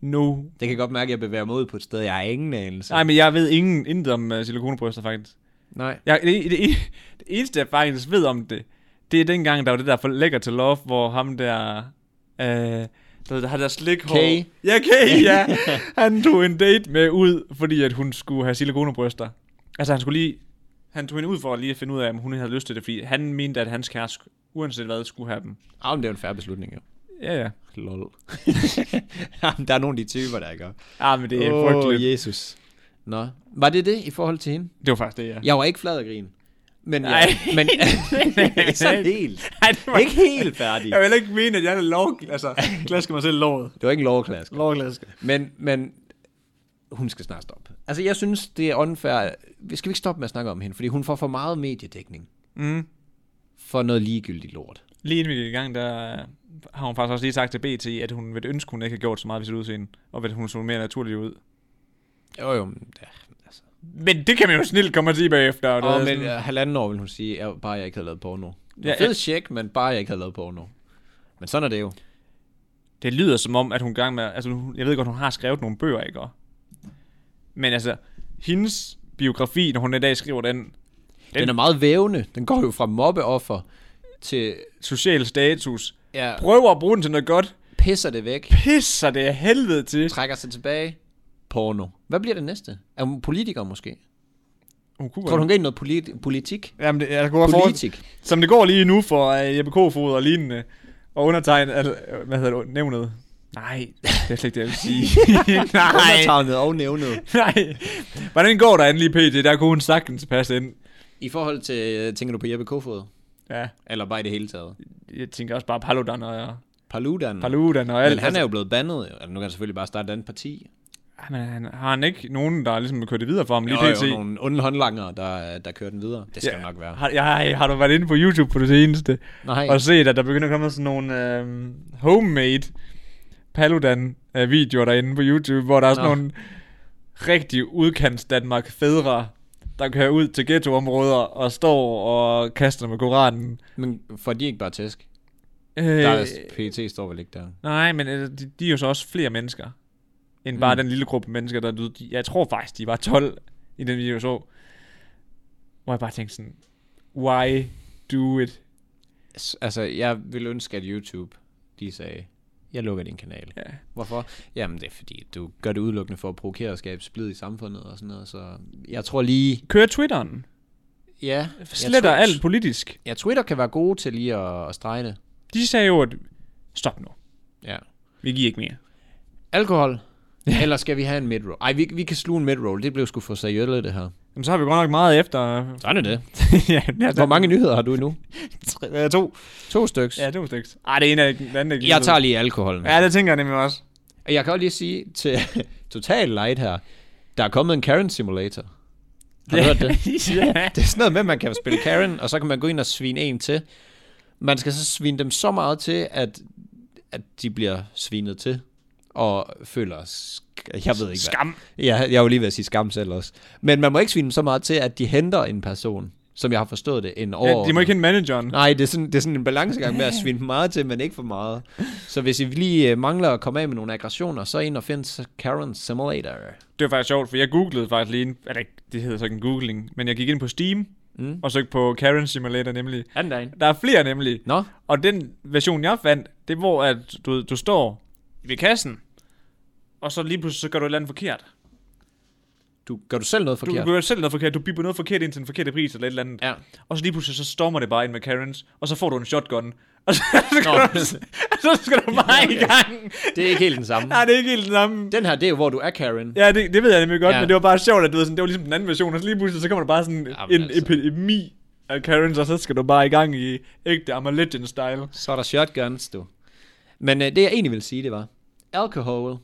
no...
Det kan godt mærke, at jeg bevæger mig ud på et sted, jeg har ingen anelse.
Nej, men jeg ved ingen, intet om uh, silikonebryster, faktisk.
Nej.
Jeg, det, det, det, eneste, jeg faktisk ved om det, det er dengang, der var det der for lækker til love, hvor ham der... Øh, der, der har der slikhår.
Kay.
Ja, Kay, ja. Han tog en date med ud, fordi at hun skulle have silikonebryster. Altså, han skulle lige... Han tog hende ud for lige at finde ud af, om hun havde lyst til det, fordi han mente, at hans kæreste, uanset hvad, skulle have dem.
Ah, men det er jo en færre beslutning, jo.
Ja, ja.
Lol. Jamen, der er nogle af de typer, der gør.
Ah, men det er frygteligt.
Jesus. Nå. Var det det i forhold til hende?
Det var faktisk det, ja.
Jeg var ikke flad af grin. Men,
Nej.
jeg, men ikke sådan helt.
Ej, det var
Ikke helt færdig.
Jeg vil ikke mene, at jeg er lov... Altså, klasker mig selv i låret.
Det var ikke en lovklask.
Lårklasker.
Men, men hun skal snart stoppe. Altså, jeg synes, det er unfair. Vi skal vi ikke stoppe med at snakke om hende, fordi hun får for meget mediedækning
Mm.
for noget ligegyldigt lort.
Lige inden vi gik i gang, der øh, har hun faktisk også lige sagt til BT, at hun ville ønske, hun ikke havde gjort så meget ved sit udseende, og at hun så mere naturlig ud.
Jo, jo, men, ja, altså.
Men det kan man jo snilt komme og sige bagefter. Og
Og
oh,
men
men, ja.
øh, halvanden år vil hun sige, ja, bare jeg ikke havde lavet porno. Det var
Ja,
ja,
ja.
fed check, men bare jeg ikke havde lavet porno. Men sådan er det jo.
Det lyder som om, at hun er i gang med... Altså, hun- jeg ved godt, hun har skrevet nogle bøger, ikke? Og- Men altså, hendes biografi, når hun i dag skriver den,
Den, den er meget vævende. Den går jo fra mobbeoffer til
social status,
ja,
prøver at bruge den til noget godt,
pisser det væk,
pisser det af helvede til.
trækker sig tilbage, porno. Hvad bliver det næste? Er hun politiker måske?
Hun kunne
Tror du, hun går ind i noget politi- politik?
Jamen, det, jeg kunne godt forestille-
Politik.
Som det går lige nu for uh, Jeppe Kofod og lignende, og undertegnet, altså, øh, hvad hedder det, nævnet. Nej, det er slet ikke det, jeg vil sige. Nej,
Undertegnet og nævnet.
nej. Hvordan går der endelig pt? Der kunne hun sagtens passe ind.
I forhold til, øh, tænker du på Jeppe Kofod?
Ja,
Eller bare i det hele taget?
jeg tænker også bare Paludan og
Paludan.
Paludan og alt.
Men han er jo blevet bandet. jo. Altså, nu kan han selvfølgelig bare starte et andet parti.
Altså, men han, har han ikke nogen, der ligesom kørt det videre for ham lige
Der er
pt?
jo nogle onde håndlanger, der, der kører den videre. Det skal
Ja.
ja. nok være.
Har, jeg, har du været inde på YouTube på det seneste?
Nej,
og set, at der begynder at komme sådan nogle øh, homemade Paludan-videoer derinde på YouTube, hvor der er sådan
Nå.
nogle rigtig udkants Danmark fædre, der kører ud til ghettoområder og står og kaster med koranen.
men får de ikke bare tæsk?
Øh,
Øh, der er PT står vel ikke der.
Nej, men øh, de, de er jo så også flere mennesker, end bare
Mm.
den lille gruppe mennesker, der de, Jeg tror faktisk, de var 12 i den video, jeg så. Hvor jeg bare tænkte sådan, why do it?
S- Altså, jeg ville ønske, at YouTube, de sagde, jeg lukker din kanal.
Ja.
Hvorfor? Jamen, det er fordi, du gør det udelukkende for at provokere og skabe splid i samfundet og sådan noget. Så jeg tror lige,
Kører Twitteren.
ja. jeg
Sletter
tror-
alt politisk.
Ja, Twitter kan være gode til lige at, at strege det.
De sagde jo, at stop nu.
Ja.
Vi giver ikke mere.
Alkohol. Eller skal vi have en midroll? Ej, vi, vi kan sluge en midroll. Det blev sgu for seriøst, det her.
Jamen, så har vi godt nok meget efter...
Sådan er det.
ja,
Hvor mange nyheder har du endnu?
Tre, øh, to.
To styks.
Ja, to stykker. Ej, det ene er ikke den anden. er ikke
Jeg
lige
tager lige alkoholen.
ved. Ja, det tænker jeg nemlig også.
Jeg kan også lige sige til Total Light her, der er kommet en Karen Simulator. Har du hørt det?
ja.
Det er sådan noget med, at man kan spille Karen, og så kan man gå ind og svine en til. Man skal så svine dem så meget til, at, at de bliver svinet til. Og føler... Sk- jeg ved ikke hvad.
Skam.
Ja, jeg var lige ved at sige skam selv også. Men man må ikke svine dem så meget til, at de henter en person, som jeg har forstået det, en
Ja,
år.
de må ikke hente manageren.
Nej, det er, sådan, det er sådan en balancegang med at svine dem meget til, men ikke for meget. Så hvis I lige øh, mangler at komme af med nogle aggressioner, så ind og find Karen Simulator.
Det var faktisk sjovt, for jeg googlede faktisk lige... en- Eller, ikke- det hedder så ikke en googling, men jeg gik ind på Steam
Mm.
og søgte på Karen Simulator nemlig.
Er den derinde?
Der er flere nemlig.
Nå,
Og den version, jeg fandt, det er, hvor at du, du står ved kassen, og så lige pludselig så gør du et eller andet forkert.
du, gør du selv noget
Du
forkert?
Forkert. gør selv noget forkert, du bipper noget forkert ind til den forkerte pris eller et eller andet.
Ja.
Og så lige pludselig så stormer det bare ind med Karens, og så får du en shotgun. Og så, så, skal,
Nå.
du, så skal du bare i gang.
Det er ikke helt den samme.
Nej, det er ikke helt det samme.
Den her, det er jo, hvor du er Karen.
Ja, det, det ved jeg nemlig godt,
Ja.
ja. men det var bare sjovt, at du ved, sådan, det var ligesom den anden version, og så lige pludselig så kommer der bare sådan
Jamen,
en
altså.
altså. epidemi af Karens, og så skal du bare i gang i ægte Amma Legend-style.
Så er der shotguns, du. Men øh, det, jeg egentlig ville sige, det var, alkohol.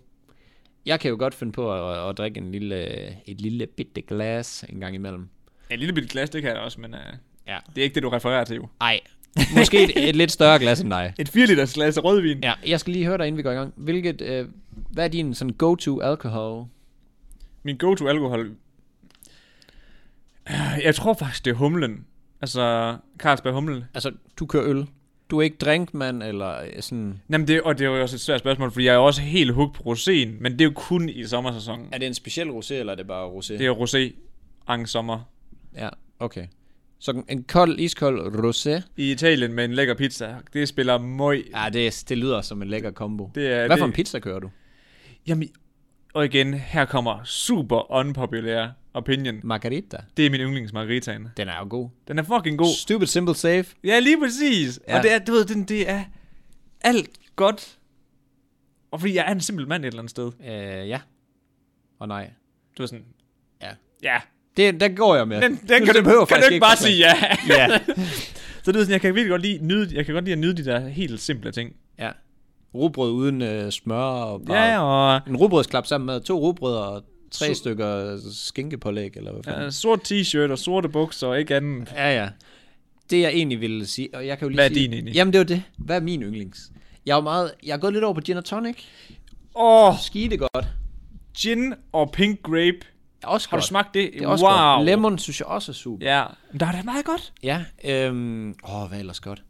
Jeg kan jo godt finde på at, at, at drikke en lille, øh, et lille bitte glas en gang imellem.
Ja, en lille bitte glas, det kan jeg også, men uh,
Ja.
det er ikke det, du refererer til jo.
Ej, måske et, et lidt større glas end dig.
Et 4 liters glas af rødvin. Ja.
Ja, jeg skal lige høre dig, inden vi går i gang. Hvilket, øh, hvad er din sådan go-to alkohol?
Min go-to alkohol... Øh, Jeg tror faktisk, det er humlen. Altså, Carlsberg humlen.
Altså, du kører øl. Du er ikke drinkmand, eller øh, sådan...
Jamen det, og det er jo også et svært spørgsmål, fordi jeg er jo også helt hooked på roséen, men det er jo kun i sommersæsonen.
Er det en speciel rosé, eller er det bare rosé?
Det er jo rosé ang sommer.
Ja, okay. Så en- en kold, iskold rosé.
I Italien med en lækker pizza, det spiller møg.
Ja, det, det lyder som en lækker kombo.
Det er,
Hvad
det,
for en pizza kører du?
Jamen, og igen, her kommer super unpopulær opinion.
Margarita.
Det er min yndlingsmargaritaen.
Den er jo god.
Den er fucking god.
Stupid simple safe.
Ja, lige præcis. Ja.
Ja.
Og det er, du ved, den, det er alt godt. Og fordi jeg er en simpel mand et eller andet sted.
Øh, ja. Og nej.
Du er sådan,
Ja.
Ja,
Det, der går jeg med.
den, den kan,
det
du,
behøver
kan
faktisk
du ikke bare
være svært.
sige ja.
Ja.
så det er sådan, jeg kan virkelig godt lide, nyde, jeg kan godt lide at nyde de der helt simple ting.
ja. Rugbrød uden øh, smør og bare...
Ja, og
En rugbrødsklap sammen med to rugbrød og tre stykker skinkepålæg, eller hvad fanden.
øh, sort t-shirt og sorte bukser og ikke andet.
Ja, ja. Det jeg egentlig ville sige, og jeg kan jo lige
Hvad er
sige,
din egentlig?
Jamen det var det. Hvad er min yndlings? Jeg er jo meget, jeg er gået lidt over på gin og tonic.
Åh, oh,
Skide godt.
gin og pink grape.
Er Også
Har
godt.
du smagt det?
Det er også
wow.
godt. Lemon synes jeg også er super.
Ja, men der er det meget godt.
Ja. ja øhm, åh, hvad ellers godt.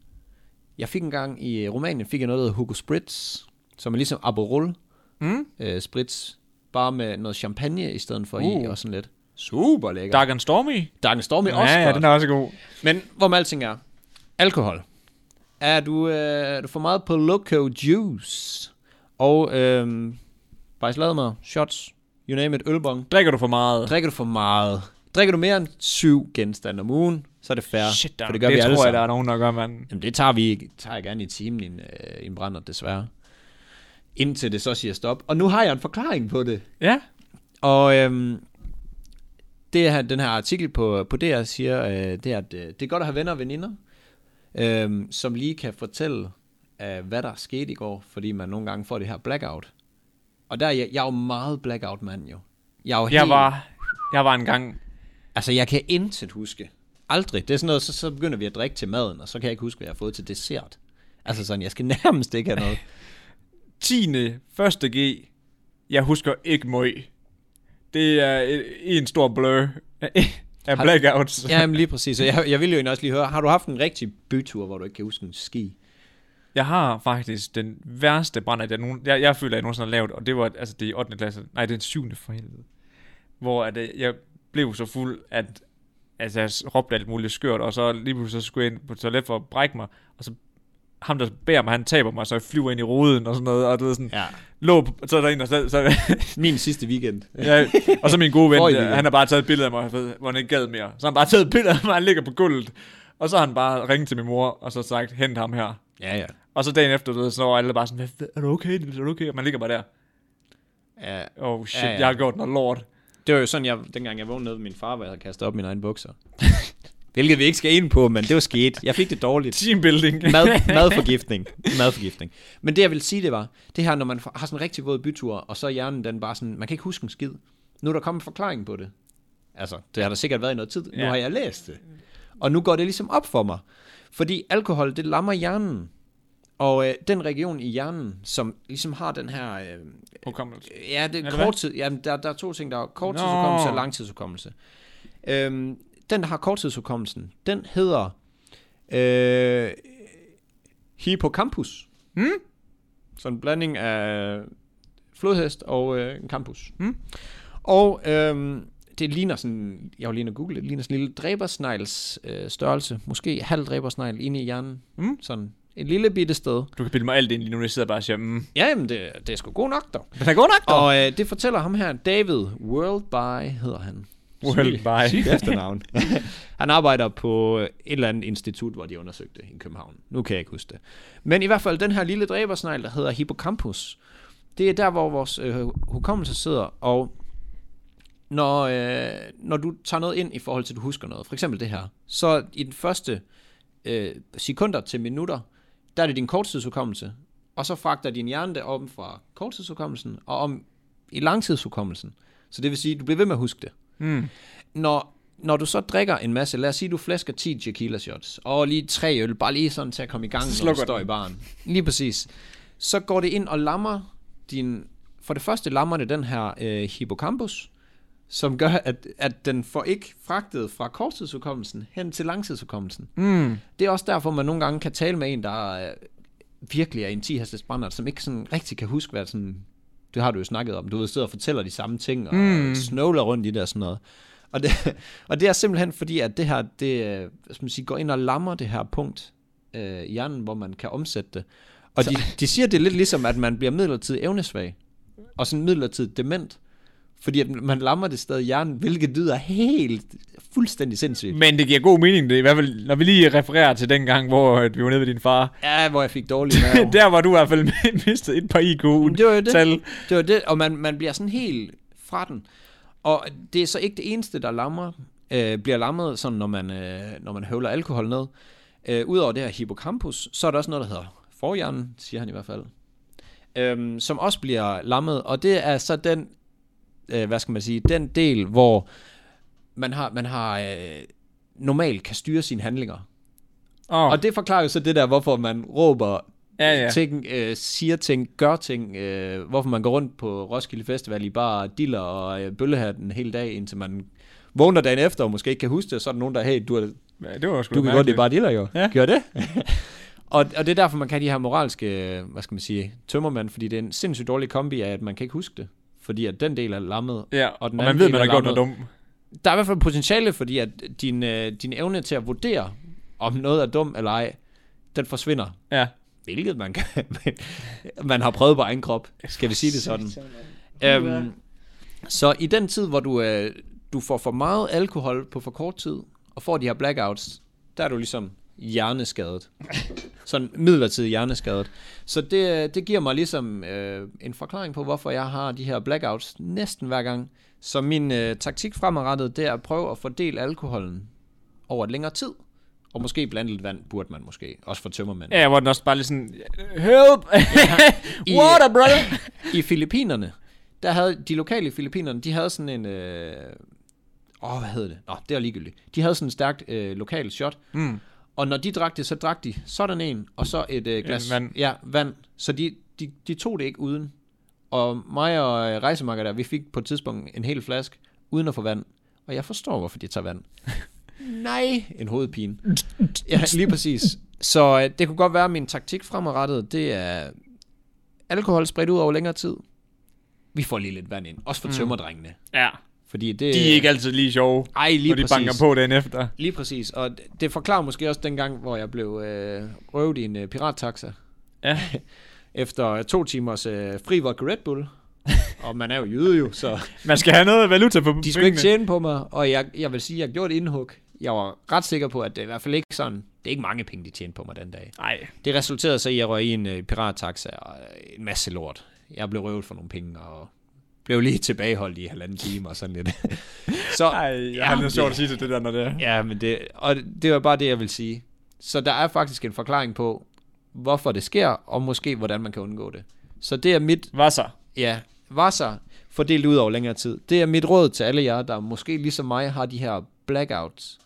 Jeg fik engang i øh, Rumænien, fik jeg noget, der hedder Hugo Spritz, som er ligesom Aperol
Mm.
øh, Spritz, bare med noget champagne i stedet for uh. i,
Uh.
og sådan lidt. Super lækker.
Dark and Stormy.
Der er en storm i også
Ja, ja,
godt.
den er også god.
Men hvor med alting er, alkohol. Er du, øh, er du for meget på Loco Juice? Og øh, bare mig, shots, you name it, ølbong.
Drikker du for meget?
Drikker du for meget? Drikker du mere end syv genstande om ugen, så er det fair.
Shit, der,
for det gør
det
vi alle
tror jeg,
sammen.
der er nogen, der gør, mand.
Jamen, det tager vi tager jeg gerne i timen i en, øh, i en brænder, desværre. Indtil det så siger stop. Og nu har jeg en forklaring på det.
Ja.
Og øhm, det her, den her artikel på, på DR siger, øh, det er, at øh, det er godt at have venner og veninder, øhm, som lige kan fortælle, øh, hvad der skete i går, fordi man nogle gange får det her blackout. Og der er jeg, jeg er jo meget blackout-mand jo. Jeg, er jo
Jeg
helt,
var, jeg var engang...
Altså, jeg kan intet huske. Aldrig. Det er sådan noget, så, så begynder vi at drikke til maden, og så kan jeg ikke huske, hvad jeg har fået til dessert. Altså sådan, jeg skal nærmest ikke have noget.
10. 1. G. Jeg husker ikke møg. Det er en- en stor blur af blackouts.
Ja, jamen lige præcis. Så jeg, jeg vil jo egentlig også lige høre, har du haft en rigtig bytur, hvor du ikke kan huske en ski?
Jeg har faktisk den værste brand, jeg, nogen, jeg, jeg føler, jeg nogensinde har lavet, og det var altså det er i 8. klasse. Nej, det er den 7. for helvede. Hvor at, øh, jeg blev så fuld, at altså, jeg råbte alt muligt skørt, og så lige pludselig så skulle jeg ind på toilet for at brække mig, og så ham, der bærer mig, han taber mig, så jeg flyver ind i ruden og sådan noget, og det er sådan, ja. lå på, så er der en, der selv, så,
Min sidste weekend.
ja, og så min gode ven,
Forrige
øh,
weekend.
han har bare taget et billede af mig, hvor han ikke gad mere. Så har han bare taget et billede af mig, han ligger på gulvet, og så har han bare ringet til min mor, og så sagt, hent ham her.
Ja, ja.
Og så dagen efter, du ved, så var alle bare sådan, "Hvad- hvad- er du okay, Niels? er du okay? Og man ligger bare der,
ja
oh shit,
Ja,
ja,
ja.
ja. jeg har gjort noget lort.
Det var jo sådan, jeg, dengang jeg vågnede ved min far, hvor jeg havde kastet op mine egne bukser. Hvilket vi ikke skal ind på, men det var sket. Jeg fik det dårligt.
Teambuilding.
Mad, madforgiftning. Madforgiftning. Men det, jeg ville sige, det var, det her, når man får- har sådan en rigtig våd bytur, og så er hjernen den bare sådan, man kan ikke huske en skid. Nu er der kommet en forklaring på det. Altså, det har der sikkert været i noget tid. Nu
Ja.
har jeg læst det. Og nu går det ligesom op for mig. Fordi alkohol, det lammer hjernen. Og øh, den region i hjernen, som ligesom har den her... Øh,
Hukommelse.
Ja, det er
Eller
kort tid. Jamen, der, der er to ting. Der er korttidshukommelse
korttidshukommelse
og
og
langtidshukommelse. Øhm, den, der har korttidshukommelsen, den hedder øh, hippocampus. Hmm? Så en blanding af flodhest og øh, en campus.
Hmm?
Og øhm, det ligner sådan, jeg har lige inde at google det, det ligner sådan en lille dræbersnegls øh, størrelse. Måske halv dræbersnegl inde i hjernen.
Hmm?
Sådan et lille bitte sted.
Du kan bilde mig alt ind lige nu, jeg sidder bare og siger, mm,
Ja, jamen det, det er sgu god nok dog.
men der går nok dog.
Og øh, det fortæller ham her, David Worldby hedder han.
Worldby.
Sygt efternavn. han arbejder på øh, et eller andet institut, hvor de undersøgte i København. Nu kan jeg ikke huske det. Men i hvert fald den her lille dræbersnegl, der hedder hippocampus, det er der, hvor vores øh, hukommelse sidder, og når, øh, når du tager noget ind i forhold til, at du husker noget, for eksempel det her, så i den første øh, sekunder til minutter, der er det din korttidshukommelse, og så fragter din hjerne det om fra korttidshukommelsen og om i langtidshukommelsen. Så det vil sige, at du bliver ved med at huske det.
Mm.
Når, når du så drikker en masse, lad os sige, at du flasker 10 tequila shots, og lige tre øl, bare lige sådan til at komme i gang, når du
Slukker
står
den.
i baren. Lige præcis. Så går det ind og lammer din... For det første lammer det den her øh, hippocampus, som gør, at, at den får ikke fragtet fra korttidshukommelsen hen til langtidshukommelsen.
Mm.
Det er også derfor, man nogle gange kan tale med en, der øh, virkelig er en 10 brænder, som ikke sådan rigtig kan huske, hvad sådan... Det har du jo snakket om. Du ved, sidder og fortæller de samme ting, og mm. snøvler rundt i det og sådan noget. Og det, og det er simpelthen fordi, at det her, det øh, hvad skal man sige, går ind og lammer det her punkt øh, i hjernen, hvor man kan omsætte det. Og de, de siger, det er lidt ligesom, at man bliver midlertidigt evnesvag, og sådan midlertidigt dement, fordi at man lammer det stadig i hjernen, hvilket lyder helt fuldstændig sindssygt.
Men det giver god mening, det er i hvert fald, når vi lige refererer til den gang, hvor øh, vi var nede ved din far.
Ja, hvor jeg fik dårlig mave.
der var du i hvert fald mistet et par IQ.
det var jo det.
Tal.
Det var det, og man, man bliver sådan helt fra den. Og det er så ikke det eneste, der lammer, øh, bliver lammet, sådan, når man, øh, når man høvler alkohol ned. Øh, Udover det her hippocampus, så er der også noget, der hedder forhjernen, siger han i hvert fald, øh, som også bliver lammet. Og det er så den, øh, hvad skal man sige, den del, hvor man har, man har øh, normalt kan styre sine handlinger.
Oh,
Og det forklarer jo så det der, hvorfor man råber
ja, ja.
ting, øh, siger ting, gør ting, øh, hvorfor man går rundt på Roskilde Festival i bare diller og øh, bøllehatten hele dag, indtil man vågner dagen efter og måske ikke kan huske det, og så er der nogen, der hey, du, er,
Ja, det var sgu
du
da
kan godt lide
mærkeligt.
bare diller jo.
Ja.
Gør det. og, og det er derfor, man kan have de her moralske, øh, hvad skal man sige, tømmermand, fordi det er en sindssygt dårlig kombi af, at man kan ikke huske det. Fordi at den del er lammet.
Ja,
og
og,
den
og man
anden
ved,
del
man
er
har gjort noget
lammet.
dumt.
Der er i hvert fald potentiale, fordi at din, øh, din evne til at vurdere, om noget er dum eller ej, den forsvinder.
Ja.
Hvilket man kan, men man har prøvet på egen krop. Skal vi sige det sådan? Øhm, så i den tid, hvor du, øh, du får for meget alkohol på for kort tid, og får de her blackouts, der er du ligesom hjerneskadet. Sådan midlertidigt hjerneskadet. Så det, det giver mig ligesom øh, en forklaring på, hvorfor jeg har de her blackouts næsten hver gang. Så min øh, taktik fremadrettet, det er at prøve at fordele alkoholen over et længere tid. Og måske blande lidt vand, burde man måske. Også for tømmermænd.
Ja, hvor den også bare lige sådan, help,
I-
water, brother.
I Filippinerne, der havde de lokale i Filippinerne, de havde sådan en... Øh, åh, hvad hedder det? Nå, det er ligegyldigt. De havde sådan en stærkt øh, lokal shot.
Mm.
Og når de drak det, så drak de sådan en, og så et øh, glas
vand.
Ja, vand. Så de, de, de tog det ikke uden. Og mig og øh, rejsemakker der, vi fik på et tidspunkt en hel flaske, uden at få vand. Og jeg forstår, hvorfor de tager vand. Nej, en hovedpine. Ja, lige præcis. Så øh, det kunne godt være, at min taktik fremadrettet, det er alkohol spredt ud over længere tid. Vi får lige lidt vand ind. Også for mm. tømmerdrengene.
Ja,
Fordi det...
de er ikke altid lige sjove,
Ej, lige
når de
præcis.
banker på dagen efter.
Lige præcis, og d- det forklarer måske også dengang, hvor jeg blev øh, røvet i en øh, pirattaxa.
Ja.
Efter to timers øh, fri vodka Red Bull. og man er jo jøde jo, så
Man skal have noget valuta på
de skulle ikke tjene på mig. Og jeg, jeg vil sige, jeg gjorde et indhug. Jeg var ret sikker på, at det i hvert fald ikke sådan. Det er ikke mange penge, de tjente på mig den dag.
Nej.
Det resulterede så i, at jeg røg i en øh, pirattaxa og øh, en masse lort. Jeg blev røvet for nogle penge og blev lige tilbageholdt i halvanden time og sådan lidt. så,
Ej, jeg har
Jamen,
noget sjovt at sige til det der, når det er.
Ja, men det, og det var bare det, jeg vil sige. Så der er faktisk en forklaring på, hvorfor det sker, og måske hvordan man kan undgå det. Så det er mit,
Hvad så?
ja, var så fordelt ud over længere tid. Det er mit råd til alle jer, der måske ligesom mig har de her blackouts.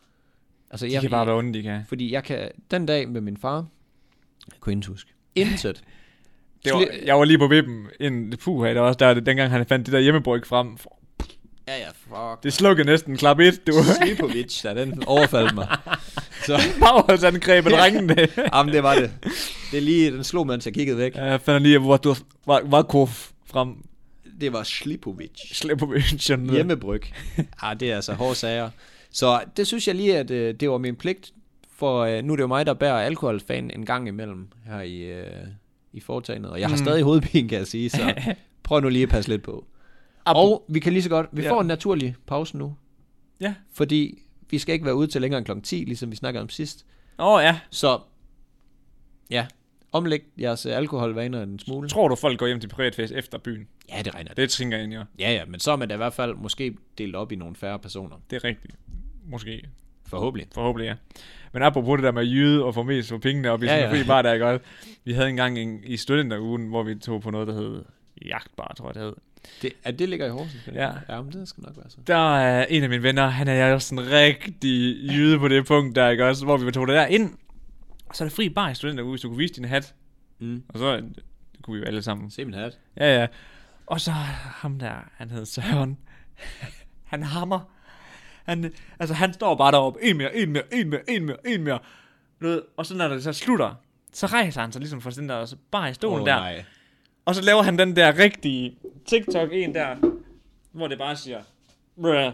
Altså,
De kan bare være onde, de kan.
Fordi jeg kan, den dag med min far, jeg kunne intet huske. Intet.
Det var, jeg var lige på vippen, inden puha, det var også der, dengang han fandt det der hjemmebryg frem.
Ja, ja, fuck.
Det slukkede næsten klap 1, du.
Slipovic, da den overfaldt mig. Så,
Magnus angreb af drengene.
jamen, det var det. Det er lige, den slog mig, mens jeg kiggede væk.
Jeg fandt lige, hvor du var, var kurv frem.
Det var Slipovic.
Slæb på mønchen.
Hjemmebryg. ah, det er altså hårde sager. Så det synes jeg lige, at øh, det var min pligt, for øh, nu er det jo mig, der bærer alkoholfan en gang imellem her i, øh, i foretagendet, og jeg har mm. stadig hovedpine, kan jeg sige, så prøv nu lige at passe lidt på. Og vi kan lige så godt, vi
Ja.
får en naturlig pause nu,
Ja.
fordi vi skal ikke være ude til længere end klokken 10, ligesom vi snakkede om sidst.
Åh oh, ja.
Så ja, omlæg jeres øh, alkoholvaner en smule.
Tror du, folk går hjem til privatfest efter byen?
Ja, det regner det.
Det tænker jeg egentlig,
Ja, ja, men så er man da i hvert fald måske delt op i nogle færre personer.
det er rigtigt. Måske.
Forhåbentlig.
Forhåbentlig, ja. Men apropos det der med at jyde og få mest for pengene op i
Ja,
ja, sådan en
ja.
fri bar, der er godt. Vi havde engang en, i studenterugen, hvor vi tog på noget, der hed jagtbar, tror jeg det hed.
Det, at det ligger i Horsens? kan det?
Ja.
Ja, men det skal nok være så.
Der er en af mine venner, han er jo sådan rigtig jyde på det punkt, der ikke også, hvor vi tog det der ind. Og så er det fri bar i studenterugen, hvis du kunne vise din hat.
Mm.
Og så øh, det kunne vi jo alle sammen.
Se min hat.
Ja, ja. Og så ham der, han hed Søren. Han hammer. Han, altså, han står bare deroppe. En mere, en mere, en mere, en mere, en mere. Du ved, og så når det så slutter, så rejser han sig ligesom fra den der så bare i stolen oh, der. Nej.
nej.
Og så laver han den der rigtige TikTok en der, hvor det bare siger, Bruh.
Der er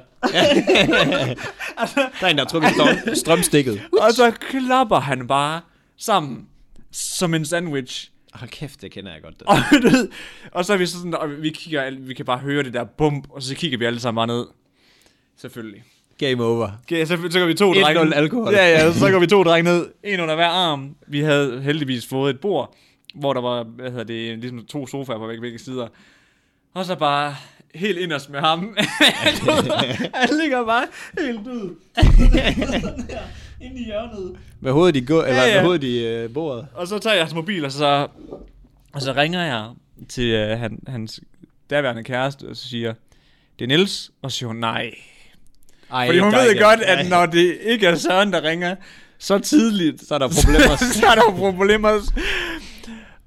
en, der har trukket strøm, strømstikket.
Og så klapper han bare sammen som en sandwich.
Hold kæft, det kender jeg godt. Det.
Og, du ved, og så er vi så sådan, og vi, kigger, alle- vi kan bare høre det der bump, og så kigger vi alle sammen bare ned. Selvfølgelig.
Game over.
Okay, så, så går vi to
1-0
drenge...
alkohol.
Ja, ja, så går vi to drenge ned. En under hver arm. Vi havde heldigvis fået et bord, hvor der var, hvad hedder det, ligesom to sofaer på begge, begge sider. Og så bare helt inderst med ham. han ligger bare helt død. Sådan her, Inde i hjørnet.
Med hovedet i, gå- eller
ja.
med hovedet i øh, bordet.
Og så tager jeg hans mobil, og så, og så ringer jeg til øh, han, hans daværende kæreste, og så siger, det er Niels, og så siger hun, nej.
Ej,
Fordi hun
der
ved
igen.
godt,
Ej.
at når det ikke er Søren, der ringer så tidligt,
Så er der problemer.
så er der problemer.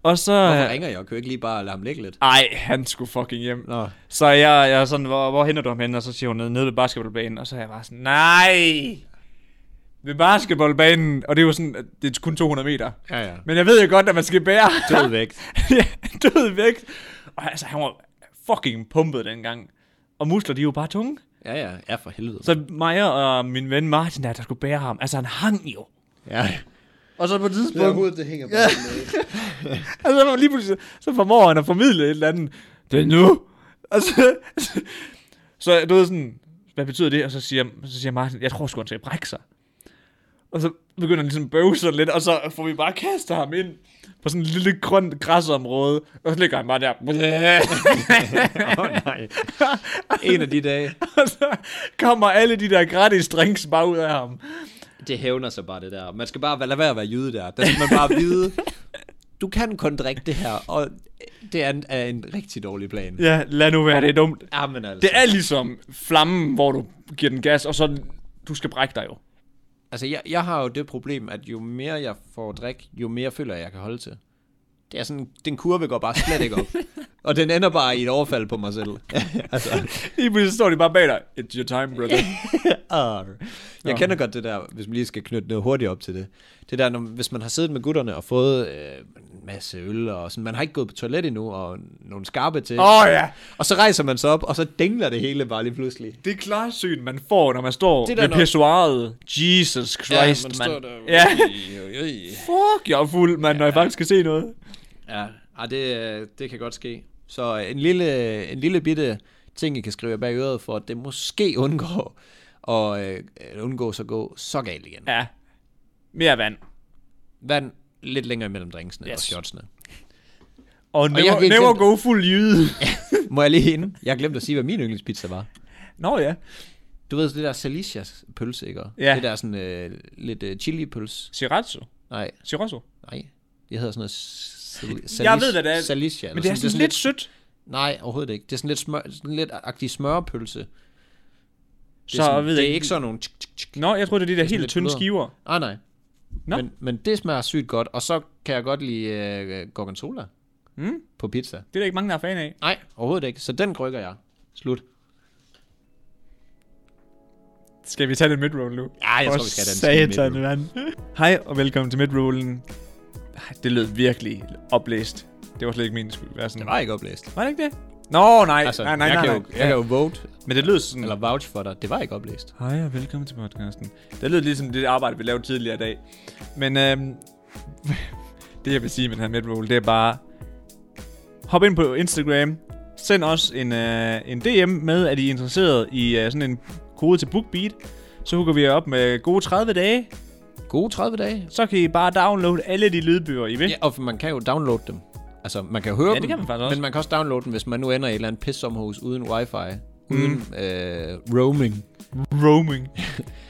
Og så...
Hvorfor ringer jeg? Kan jeg ikke lige bare lade ham ligge lidt?
Ej, han skulle fucking hjem.
Nå.
Så jeg, jeg er sådan, hvor, hvor henter du ham hen? Og så siger hun nede, nede ved basketballbanen. Og så er jeg bare sådan, nej! Ved basketballbanen. Og det er jo sådan, at det er kun 200 meter.
Ja, ja.
Men jeg ved jo godt, at man skal bære.
Død vægt.
ja, død væk. Og altså, han var fucking pumpet dengang. Og muskler, de er jo bare tunge.
Ja, ja. Ja, for helvede.
Så mig og min ven Martin der, der skulle bære ham. Altså, han hang jo.
Ja.
Og så på et tidspunkt,
hovedet, det hænger bare.
altså, så lige pludselig, så formår han at formidle et eller andet. Det er nu. Og så, så du ved sådan, hvad betyder det? Og så siger, så siger Martin, jeg tror sgu, han skal brække sig. Og så begynder han ligesom at bøve sig lidt, og så får vi bare kastet ham ind på sådan en lille grønt græsområde. Og så ligger han bare der.
Åh, oh, nej. En af de dage.
og så kommer alle de der gratis drinks bare ud af ham.
Det hævner sig bare det der. Man skal bare lade være at være jyde der. Der skal man bare vide, du kan kun drikke det her, og det er en, er en rigtig dårlig plan. Ja.
Ja, lad nu være, det er dumt.
Jamen altså.
Det er ligesom flammen, hvor du giver den gas, og så du skal brække dig jo.
Altså, jeg, jeg har jo det problem, at jo mere jeg får drik, jo mere føler jeg, jeg kan holde til. Det er sådan, den kurve går bare slet ikke op. og den ender bare i et overfald på mig selv. altså,
Lige pludselig står de bare bag dig. It's your time, brother.
Arr. Jeg kender godt det der, hvis man lige skal knytte noget hurtigt op til det. Det der, når, hvis man har siddet med gutterne og fået øh, en masse øl, og sådan, man har ikke gået på toilet endnu, og nogle skarpe til.
Åh oh, ja,
Og så rejser man sig op, og så dingler det hele bare lige pludselig.
det er klarsyn, man får, når man står
Det
det
der,
ved
når-
pissoiret. Jesus Christ, mand. Ja, fuck, jeg er fuld, mand, når jeg faktisk kan se noget.
Ja, ja det, øh, det kan godt ske. Så øh, en lille, en lille bitte ting, I kan skrive jer bag øret for, at det måske undgår og øh, undgås at gå så galt igen.
Ja, mere vand.
Vand lidt længere imellem drinksene yes. og
Yes.
shotsene.
Og
jeg
never,
kan ikke
never
finde-
go fuld jyde.
Må jeg lige ind? Jeg glemte at sige, hvad min yndlingspizza var.
Nå ja,
Du ved, det der Salicias pølse, ikke?
Ja.
Det der sådan øh, lidt øh, chili pølse.
siracho.
Nej,
Siracho.
nej. Det hedder sådan noget... Sal- salis-
Jeg ved, hvad det er.
Salicia. eller
Men det er sådan lidt sødt.
Nej, overhovedet ikke. Det er sådan lidt, smør, sådan lidt agtig smørpølse. Det er,
Så
sådan,
ved
det
jeg
er
ikke-
ikke sådan nogle... Tsk, tsk, tsk.
Nå, jeg tror det er de der helt
lidt
tynde
blødere.
skiver.
Ah, nej.
Nå.
Men, men det smager sygt godt, og så kan jeg godt lide øh, gorgonzola
Mm.
på pizza.
Det er der ikke mange, der er fan af.
Nej, overhovedet ikke. Så den krykker jeg. Slut.
Skal vi tage den midroll nu?
Ja, jeg
For
tror, vi skal have den til
satan, mand. Hej og velkommen til midrollen. Ej, Det lød virkelig oplæst. Det var slet ikke meningen, det skulle være sådan.
Det var ikke oplæst.
Var det ikke det? Nå, nej.
Altså,
nej, nej,
jeg,
nej,
kan
nej.
jo, jeg kan jo vote,
Men det lød sådan...
eller vouch for dig. Det var ikke oplæst.
Hej og velkommen til podcasten. Det lød ligesom det arbejde, vi lavede tidligere i dag. Men øhm, det, jeg vil sige med den her midroll, det er bare... Hop ind på Instagram. Send os en, øh, en DM med, at I er interesseret i øh, sådan en kode til BookBeat. Så hugger vi jer op med gode 30 dage.
Gode 30 dage.
Så kan I bare downloade alle de lydbøger, I vil.
Ja, og man kan jo downloade dem. Altså, man kan jo høre
Ja, det
dem,
kan man faktisk også.
men man kan også downloade dem, hvis man nu ender i et eller andet pissomhus uden wifi,
Mm.
uden øh, roaming.
Roaming.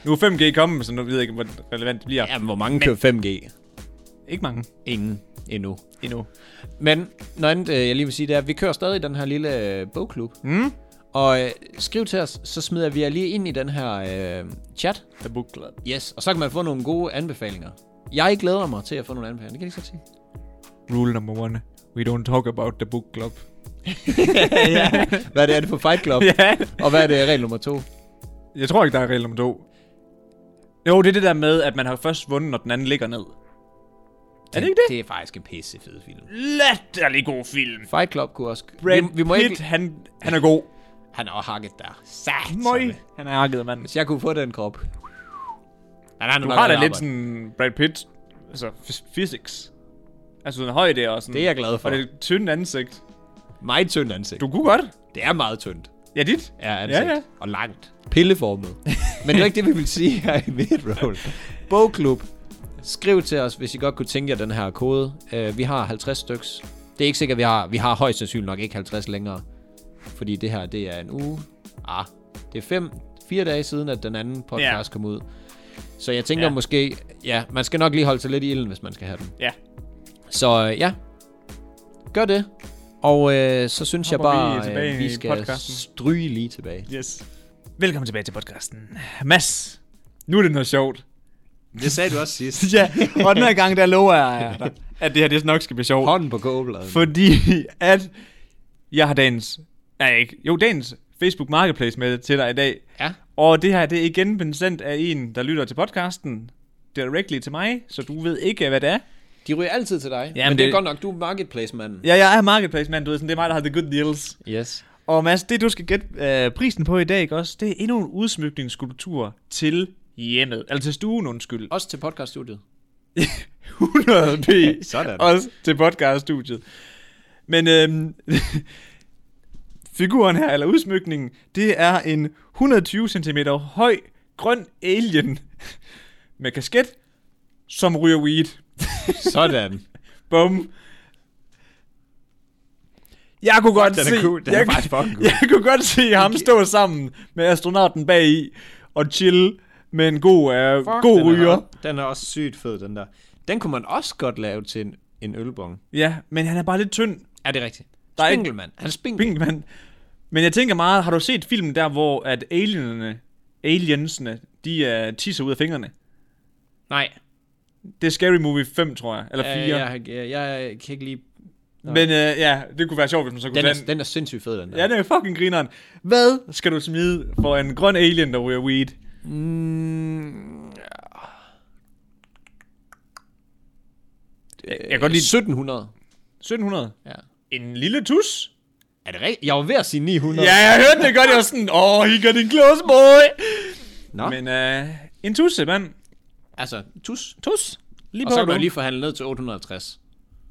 nu er 5G kommet, så nu ved jeg ikke, hvor relevant det bliver.
Ja, hvor mange kører 5G?
Ikke mange
Ingen endnu.
endnu.
Men noget andet, øh, jeg lige vil sige, det er, at vi kører stadig den her lille øh, bogklub.
Mm?
Og øh, skriv til os, så smider vi jer lige ind i den her øh, chat.
The Book Club.
Yes, og så kan man få nogle gode anbefalinger. Jeg glæder mig til at få nogle anbefalinger, det kan jeg lige så sige.
Rule number one. We don't talk about the book club.
Hvad er det, er det for Fight Club?
ja.
Og hvad er det regel nummer to?
Jeg tror ikke, der er regel om to. Jo, det er det der med, at man har først vundet, når den anden ligger ned. Er det ikke det?
Det er faktisk en pisse fed film.
Latterlig god film.
Fight Club kunne også...
Brad
vi, vi må
Pitt,
ikke...
han, han er god.
Han er hakket der. Satan.
Han er hakket, mand.
Hvis jeg kunne få den krop. Han har,
Du har da lidt sådan Brad Pitt, altså phys- physics. Altså en højde og sådan.
Det er jeg glad for.
Og det tynde ansigt.
Meget tyndt ansigt.
Du kunne godt.
Det er meget tyndt.
Ja, dit.
Ja, ansigt.
Ja, ja.
Og langt. Pilleformet. Men det er ikke det, vi vil sige her i Midroll. Bogklub. Skriv til os, hvis I godt kunne tænke jer den her Øh, kode. Uh, vi har 50 styks. Det er ikke sikkert, vi har. Vi har højst sandsynligt nok ikke 50 længere. fordi det her, det er en uge. Ah, det er fem, fire dage siden, at den anden podcast
Ja.
kom ud. Så jeg tænker
Ja.
ja. måske, ja, man skal nok lige holde sig lidt i ilden, hvis man skal have den.
Ja.
Så øh, ja, gør det. Og øh, så synes
Hopper vi
jeg bare,
tilbage
øh, vi
i
skal
podcasten.
stryge lige tilbage.
Yes. Velkommen tilbage til podcasten. Mads, nu er det noget sjovt.
Det sagde du også sidst.
ja, og den her gang, der lover jeg dig, at det her det nok skal blive sjovt.
Hånden på kåbladen.
Fordi at jeg har dagens... Nej, ikke. Jo, dagens Facebook Marketplace med til dig i dag.
Ja.
Og det her, det er igen blevet sendt af en, der lytter til podcasten directly til mig, så du ved ikke, hvad det er.
De ryger altid til dig.
Jamen,
Ja, men det er
det-
godt nok, du er marketplace-manden.
Ja, jeg er marketplace mand, du ved, sådan, det er mig, der har the good deals.
Yes.
Og Mads, det du skal gætte øh, prisen på i dag, ikke også? Det er endnu en udsmykningsskulptur til hjemmet. Eller til stuen, undskyld.
Også til podcaststudiet.
100 p.
Sådan.
Også til podcaststudiet. Men øhm, figuren her, eller udsmykningen, det er en 120 cm høj grøn alien med kasket, som ryger weed.
Sådan.
Bum. Jeg kunne godt
den er
se...
cool. Den er
jeg,
faktisk fucking cool.
Jeg kunne godt se ham stå sammen med astronauten bagi og chill med en god, øh, god ryger.
Den er også sygt fed, den der. Den kunne man også godt lave til en, en ølbong.
Ja, men han er bare lidt tynd.
Er det rigtigt?
Der er ikke-
Spinkelmand. Han er spinkel.
Pinkman. Men jeg tænker meget, har du set filmen der, hvor at alienerne, aliensene, de uh, tisser ud af fingrene?
Nej.
Det er Scary Movie 5, tror jeg, eller
Øh,
4. ja.
jeg, jeg, jeg kan ikke lige...
Men uh, ja, det kunne være sjovt, hvis man så kunne
Den
tage
er, den er sindssygt fed, den der.
Ja, det er fucking grineren. Hvad skal du smide for en grøn alien, der ryger weed?
Mm,
Jeg, jeg kan godt lide
1700.
1700.
Ja.
En lille tus?
Er det rigtigt? Jeg var ved at sige 900.
Ja, jeg hørte det godt. Jeg var sådan, åh, oh, he got in close, boy.
Nå, Men,
Men uh, en tusse, mand.
altså, tus.
Tus. Lige
Og så kan
du.
man lige forhandle ned til 850.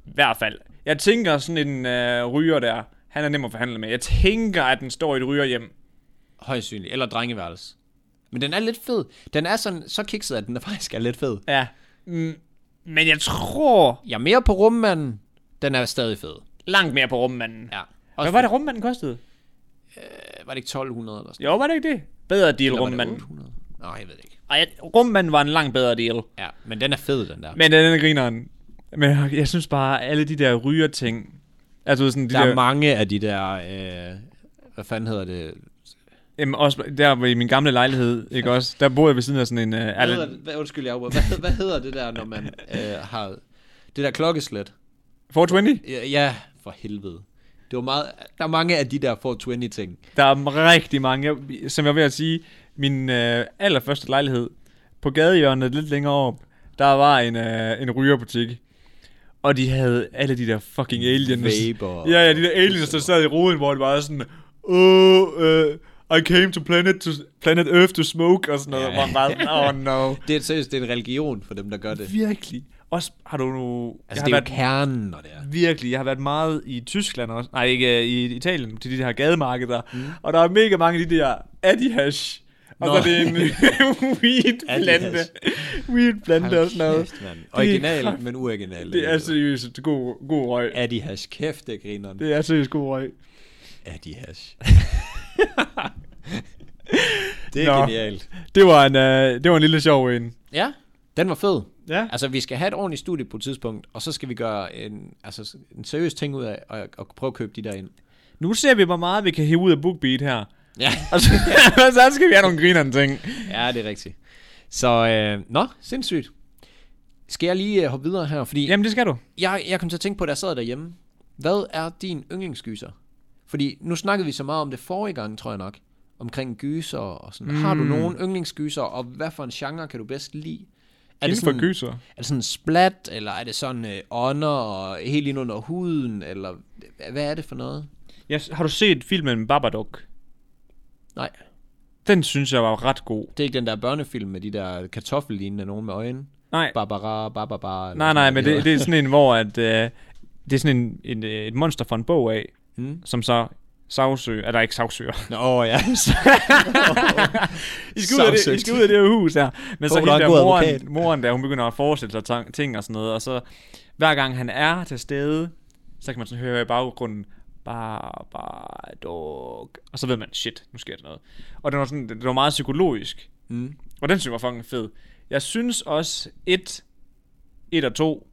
I hvert fald. Jeg tænker sådan en øh, ryger der, han er nem at forhandle med. Jeg tænker, at den står i et rygerhjem.
Højst synligt. Eller drengeværelse. Men den er lidt fed. Den er sådan, så kikset, at den er faktisk er lidt fed.
Ja. Mm, men jeg tror
Jeg er mere på rummanden. Den er stadig fed.
langt mere på rummanden.
Ja.
Hvad var det, rummanden kostede?
Øh, var det ikke 1200 eller sådan
Jo, var det ikke det? Bedre deal,
noget? Eller var det
rummanden.
800? Nå, jeg ved det ikke.
Ej, jeg- rummanden var en langt bedre deal.
Ja, men den er fed, den der.
Men øh, den er grineren. Men jeg, jeg synes bare, alle de der rygerting... Altså du ved, sådan de
der
der...
er mange af de der... Øh, hvad fanden hedder det?
Jamen, også der i min gamle lejlighed, ikke også? Der boede jeg ved siden af sådan en... Øh,
Hvad
Allen-
hedder det? Hvad, undskyld, jeg afbryder. hvad, hvad hedder det der, når man øh, har... Det der klokkeslæt.
420?
Ja, ja, for helvede. Det var meget... Der er mange af de der 420-ting.
Der er rigtig mange. Jeg- Som jeg vil at sige, min øh, allerførste lejlighed på gadehjørnet lidt længere op, der var en, øh, en rygerbutik. Og de havde alle de der fucking aliens.
Vaper.
Ja, ja, de der aliens, der sad i roden, hvor det var sådan, oh, uh, I came to planet, to planet Earth to smoke, og sådan noget.
Ja.
Ja. Bare, sådan, oh no.
Det er seriøst, det er en religion for dem, der gør det.
Virkelig. Også har du nu...
Altså,
jeg
det er
har
jo kernen, når det er.
Virkelig, jeg har været meget i Tyskland også. Nej, ikke øh, i Italien, til de der gademarkeder. Mm. Og der er mega mange af de der Adihash. Og
Nå.
så er det en weed-plante.
Adihash.
Weed-plante og sådan noget.
Kæft, mand.
Det er,
Original, men uoriginal.
det er seriøst god, god røg.
Addy hash. Kæft, det griner.
Det er seriøst god røg.
Addy hash. det er
Nå.
Nå. genialt.
Det var en, øh, det var en lille sjov en.
Ja, den var fed.
Ja.
Altså, vi skal have et ordentligt studie på et tidspunkt, og så skal vi gøre en, altså, en seriøs ting ud af at, at prøve at købe de der ind.
Nu ser vi, hvor meget vi kan hive ud af BookBeat her.
Ja,
Og så, så skal vi have nogle grinerne ting.
ja det er rigtigt. Så, øh, nå, sindssygt. Skal jeg lige øh, hoppe videre her? Fordi
Jamen, det skal du.
jeg, jeg kom til at tænke på, da jeg sad derhjemme. Hvad er din yndlingsgyser? Fordi nu snakkede vi så meget om det forrige gang, tror jeg nok. Omkring gyser og sådan. Mm. Har du nogen yndlingsgyser, og hvad for en genre kan du bedst lide? Er
Inden
det,
for
sådan, er
gyser.
det sådan splat, eller er det sådan øh, ånder og helt ind under huden, eller hva- hvad er det for noget?
Jeg, har du set filmen Babadook?
Nej,
Den synes jeg var ret god.
det er ikke den der børnefilm med de der kartoffellignende nogen med øjne.
Nej,
Barbara, Barbara.
Nej, nej, men det, det er sådan en, hvor at, øh, det er sådan en, en, øh, et monster fra en bog af,
Mm.
som så sagsøger, er der ikke sagsøger.
Nå, åh, ja.
I skal, ud af det, I
Sagsøgt.
skal ud af det her hus her. Men så
Håber,
hende
der er en
der
god
moren,
advokat.
moren der, hun begynder at forestille sig tan- ting og sådan noget, og så hver gang han er til stede, så kan man sådan høre i baggrunden, Barbadog. Og så ved man, shit, nu sker der noget. Og den var, sådan, den var meget psykologisk.
Mm.
Og den synes jeg var fucking fed. Jeg synes også, 1, 1 og 2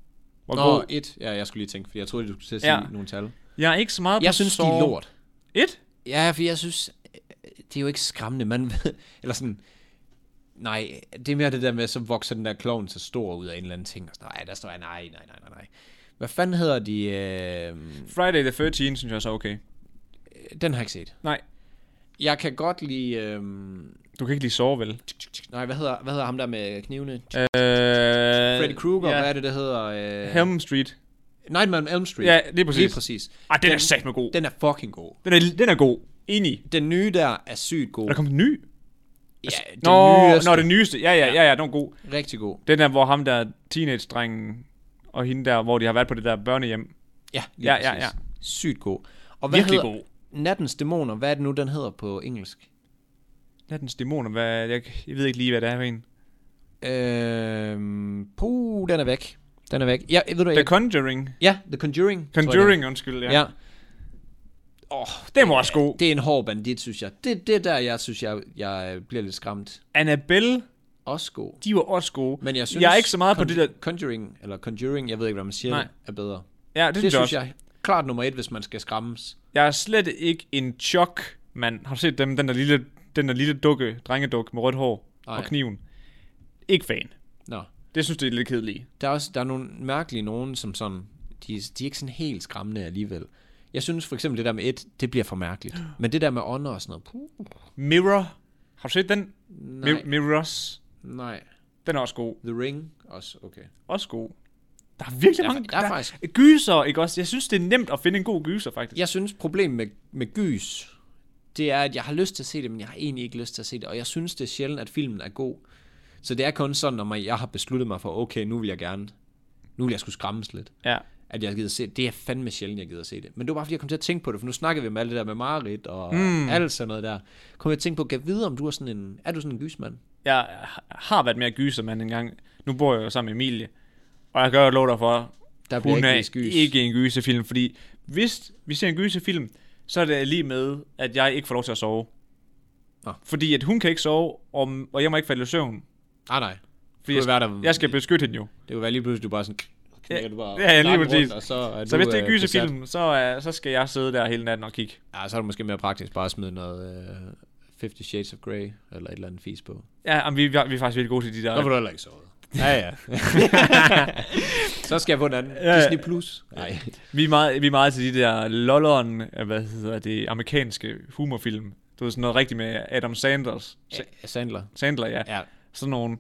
var
Nå,
god.
et. Ja, jeg skulle lige tænke, fordi jeg troede, du skulle til at sige
Ja.
ja. nogle tal.
Jeg er ikke så meget på
Jeg synes, de er
Saw.
lort.
Et?
Ja, for jeg synes, øh, det er jo ikke skræmmende, man ved, eller sådan, nej, det er mere det der med, så vokser den der klovn så stor ud af en eller anden ting, og sådan, nej, der står jeg, nej, nej, nej, nej, nej. Hvad fanden hedder de, øh,
Friday the 13 synes jeg så er okay.
den har jeg ikke set.
Nej,
Jeg kan godt lide, øh,
du kan ikke lige sove vel?
nej, hvad hedder, hvad hedder ham der med knivene? Øh,
Øh,
Freddy Krueger,
ja.
hvad er det, det hedder? Øh,
Helm Street.
Nightmare on Elm Streat.
Ja, lige præcis.
Lige præcis.
Ah, den, er sagt med god. Den,
Den er fucking god.
den, er, den er god. Enig.
Den nye der er sygt god.
Er der kommet en ny?
Ja, den
Nå,
nyeste,
nå, den nyeste. Ja, ja, ja, ja, den er god.
rigtig god.
Den der, hvor ham der teenage-drengen og hende der, hvor de har været på det der børnehjem.
Ja, lige
Ja, ja,
præcis.
ja.
Sygt god. Og hvad
Virkelig
hedder,
god.
Nattens Dæmoner, hvad er det nu, den hedder på engelsk?
Nattens dæmoner, hvad, jeg, jeg ved ikke lige, hvad det er for en.
Øhm, puh, den er væk. Den er væk. Ja, ved du,
The
jeg,
Conjuring.
ja, The Conjuring. tror jeg,
Conjuring, undskyld,
det
ja.
er. Ja.
Oh, den var også god.
Det er en hård bandit, synes jeg. Det, det er der, jeg synes, jeg, jeg bliver lidt skræmt.
Annabelle,
Også god.
de var også gode.
Men jeg synes...
jeg er ikke så meget på det der...
Conjuring, eller Conjuring, jeg ved ikke, hvad man siger,
Nej.
Nej. er bedre.
Ja, det,
Det, det synes jeg klart nummer et, hvis man skal skræmmes.
Jeg er slet ikke en chok mand. Har du set dem, den der lille, den der lille dukke, drengeduk med rødt hår Ej.
Nej.
og kniven? Ikke fan.
Nå.
Det synes det er lidt kedeligt.
Der er også der er nogle mærkelige nogen, som sådan... De, de er ikke sådan helt skræmmende alligevel. Jeg synes for eksempel, det der med et, det bliver for mærkeligt. Men det der med ånder og sådan noget, puh,
Mirror. Har du set den?
nej.
Mi- Mirrors.
Nej.
Den er også god.
The Ring også, okay.
Også god. Der er virkelig
Der er-
mange...
der er faktisk-
Gyser, ikke også? Jeg synes, det er nemt at finde en god gyser, faktisk.
Jeg synes, problemet med, med gys, det er, at jeg har lyst til at se det, men jeg har egentlig ikke lyst til at se det. Og jeg synes, det er sjældent, at filmen er god. Så det er kun sådan, når man, jeg har besluttet mig for, okay, nu vil jeg gerne, nu vil jeg skulle skræmmes lidt.
Ja.
At jeg gider se det. Det er fandme sjældent, jeg gider se det. Men det var bare, fordi jeg kom til at tænke på det, for nu snakker vi om alt det der med Marit og mm. alt sådan noget der. Kom jeg til at tænke på, kan jeg vide, om du er sådan en, er du sådan en gysmand?
Jeg har været mere gysermand engang. Nu bor jeg jo sammen med Emilie. Og jeg gør jo lov dig for,
Der bliver
hun
ikke
er
mest gys.
ikke en gyserfilm. Fordi hvis vi ser en gyserfilm, så er det lige med, at jeg ikke får lov til at sove.
Nå.
Fordi at hun kan ikke sove, og, og jeg må ikke falde i søvn.
Ah, nej.
Fordi
Det
jeg,
kunne være, der-
jeg skal beskytte hende jo.
Det kunne være lige pludselig, du bare sådan, knækker du bare
Ja, ja, lige
nakken rundt,
præcis.
og så, er du,
Så hvis det er en
øh, besat.
gyserfilm, så, uh, så skal jeg sidde der hele natten og kigge.
Ja, så er det måske mere praktisk bare at smide noget uh, 50 Shades of Grey eller et eller andet fis på. Der
Ja, jamen, vi, vi er faktisk virkelig gode til de der.
du heller ikke sovet. Ja, ja. så skal jeg på en anden. Ja, Disney Plus. Nej.
Vi er meget, vi er meget til de der lolleren, øh, hvad hedder det, amerikanske humorfilm. Du ved, sådan noget rigtigt med Adam Sanders. Sa-
Ja, Sandler.
Sandler, ja.
Ja,
Sådan nogen.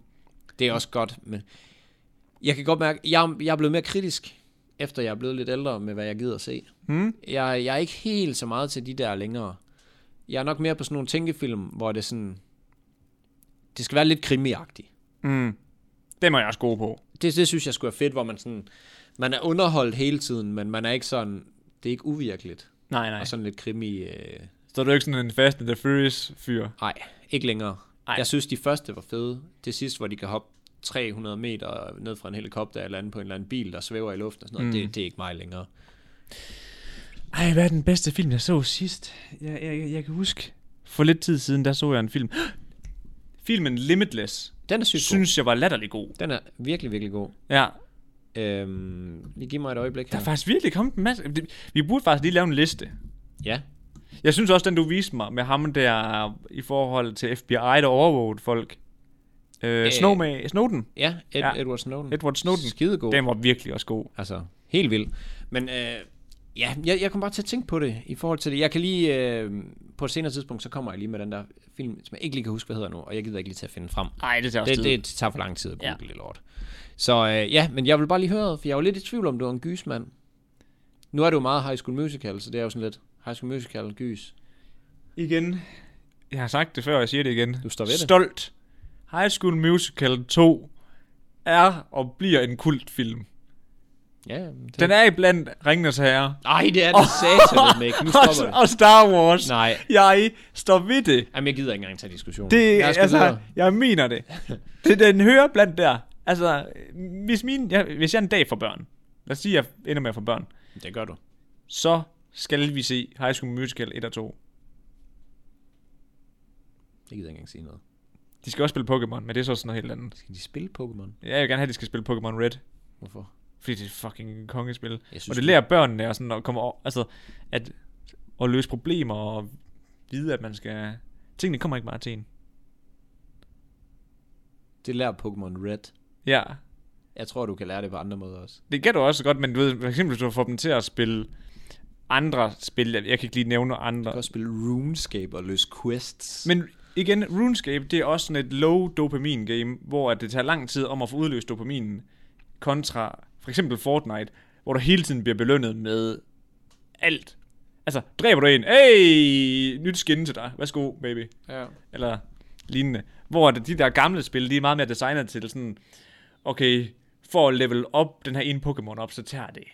det er også godt, men jeg kan godt mærke, jeg, jeg er blevet mere kritisk, efter jeg er blevet lidt ældre med, hvad jeg gider at se.
Hmm?
Jeg, jeg er ikke helt så meget til de der længere. Jeg er nok mere på sådan nogle tænkefilm, hvor det er sådan, det skal være lidt krimiagtigt.
Mm. Dem er jeg også god på.
det, det synes jeg skulle være fedt, hvor man sådan, man er underholdt hele tiden, men man er ikke sådan, det er ikke uvirkeligt.
Nej, nej.
Og sådan lidt krimi, øh,
Så er du ikke sådan en Fast and the Furious fyr.
nej, ikke længere. Ej.
Ej.
Jeg synes, de første var fede. Det sidste, hvor de kan hoppe 300 meter ned fra en helikopter eller andet på en eller anden bil, der svæver i luften og sådan noget, mm. det, det er ikke mig længere.
Ej, hvad er den bedste film, jeg så sidst? Jeg, jeg, jeg- jeg kan huske, for lidt tid siden, der så jeg en film. Filmen Limitless,
Den er sygt Synes...
synes jeg var latterlig god.
god. Den er virkelig, virkelig god.
Ja,
Øhm, lige giv mig et øjeblik
der
her.
er faktisk virkelig kommet en masse. det- Vi burde faktisk lige lave en liste.
Ja,
Jeg synes også, den du viste mig med ham der øh, i forhold til FBI, der overvågede folk. Øh,
Øh.
Snowman, Snowden.
ja, Ed,
Ja.
ja. Edward Snowden.
Edward Snowden.
Skidegod.
Den var virkelig også god.
Altså, helt vildt. Men øh, ja, jeg, jeg kom bare til at tænke på det i forhold til det. Jeg kan lige, øh, på et senere tidspunkt, så kommer jeg lige med den der film, som jeg ikke lige kan huske, hvad hedder nu, og jeg gider ikke lige til at finde den frem.
Nej, det tager også
Det,
tid.
det tager for lang tid at google
Ja.
ja. det lort. Så øh, ja, men jeg vil bare lige høre, for jeg var lidt i tvivl om, du var en gysmand. Nu er du jo meget High School Musical, så det er jo sådan lidt High School Musical, gys.
Igen. Jeg har sagt det før, og jeg siger det igen.
Du står ved det.
Stolt. High School Musical 2 er og bliver en kultfilm.
Ja, jamen, det...
Den er iblandt Ringenes Herre.
Ej, det er det satan, ikke. Nu
Og,
stopper det.
og Star Wars.
Nej,
Jeg står ved det.
jamen, jeg gider ikke engang tage diskussionen.
Det,
Lad os gå
altså,
videre.
jeg mener det. det. Den hører blandt der. Altså, hvis, min, jeg, hvis jeg en dag får børn, lad os sige, at jeg ender med at få børn,
Det gør du.
så skal vi se High School Musical 1 og 2.
Det gider jeg ikke engang sige noget.
De skal også spille Pokémon, men det er så sådan noget helt andet.
Skal de spille Pokémon?
Jeg vil gerne have, at de skal spille Pokémon Red,
Hvorfor?
fordi det er et fucking kongespil.
Jeg
Og det lærer børnene og sådan at komme over, altså at, at løse problemer og vide, at man skal... Tingene kommer ikke bare til en.
det lærer Pokémon Red.
Ja,
Jeg tror, du kan lære det på andre måder også.
det kan du også godt, men du ved, for eksempel hvis du får dem til at spille andre spil, jeg, jeg kan ikke lige nævne
Du
andre.
kan også spille RuneScape og løse quests.
Men igen, RuneScape, det er også sådan et low dopamin game, hvor at det tager lang tid om at få udløst dopaminen, kontra for eksempel Fortnite, hvor du hele tiden bliver belønnet med alt. Altså, dræber du en, hey, nyt skin til dig, værsgo baby,
ja.
eller lignende. Hvor at de der gamle spil, de er meget mere designet til sådan, okay, for at level op den her ene Pokémon op, så tager det.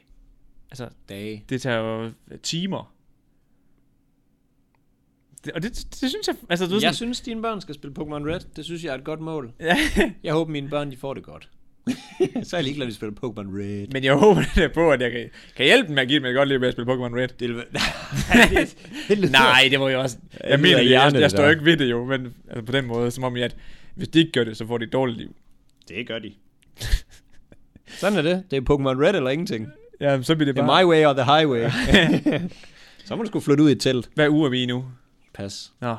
Altså,
Dage.
det tager jo timer. Det, og det, det, det synes jeg, altså du ved
Jeg
sådan,
synes, dine børn skal spille Pokémon Red. Det synes jeg er et godt mål.
Ja,
Jeg håber, mine børn de får det godt. Så er jeg ligeglad, at de spiller Pokémon Red.
men jeg håber da på, at jeg kan, kan hjælpe dem med at give dem et godt liv med at spille Pokémon Red.
Det, lyder- Nej, det, det lyder-
Nej, det var jo også... Jeg,
lyder
mener det, jeg,
hjerne,
jeg
det
står
der.
ikke ved det jo, men altså på den måde, som om jeg, at hvis de ikke gør det, så får de et dårligt liv.
Det gør de. Sådan er det. Det er Pokémon Red eller ingenting.
Ja, så bliver det
Det er
bare...
my way or the highway. Så må du skulle flytte ud i et telt.
Hvad uge er vi i nu?
Pas.
Nå.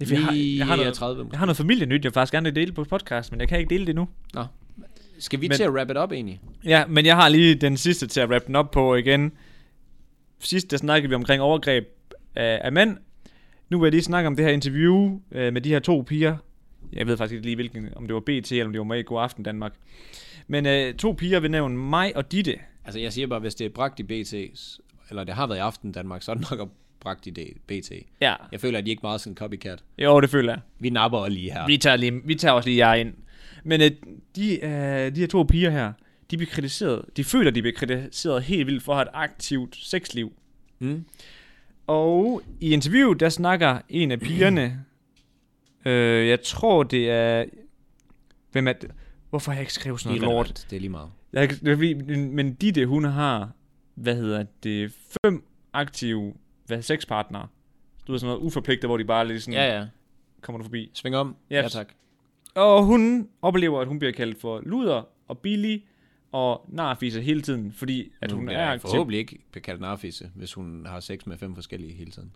Jeg, jeg, har, jeg, har noget,
30.
jeg har noget familienyt, jeg faktisk gerne vil dele på podcast, men jeg kan ikke dele det nu.
Nå. Skal vi
Men-
til at wrap it up egentlig?
Ja, men jeg har lige den sidste til at wrap den op på igen. Sidst der snakkede vi omkring overgreb af, af mænd. Nu vil jeg lige snakke om det her interview øh, med de her to piger. Jeg ved faktisk ikke lige, hvilken, om det var BT eller om det var med i God Aften Danmark. Men øh, to piger ved navn mig og Ditte.
Altså jeg siger bare, hvis det er bragt i BT, eller det har været i aften Danmark, så er det nok at bragt i det- BT.
Ja.
Jeg føler, at de ikke meget sådan copycat.
Jo, det føler jeg.
Vi napper lige her.
Vi tager, lige, vi tager også lige jer ind. Men øh, de, øh, de her to piger her, de bliver kritiseret. De føler, de bliver kritiseret helt vildt for at have et aktivt sexliv.
Mm.
Og i interviewet, der snakker en af pigerne, øh, jeg tror det er, hvem er det? Hvorfor har jeg ikke skrevet sådan noget lort?
Irrelevant. Det er lige meget.
Jeg har ikke, det er fordi, men- men Ditte, hun har, hvad hedder det, fem aktive hvad, sexpartnere. Du ved sådan noget uforpligtet, hvor de bare lige sådan, ja, ja.
ja.
kommer du forbi.
Sving om.
Ja.
Ja, tak.
Og hun oplever, at hun bliver kaldt for luder og billig og narfiser hele tiden, fordi at
nu
hun
bliver
er
jeg
aktiv.
forhåbentlig ikke bliver kaldt narfisse, hvis hun har sex med fem forskellige hele tiden.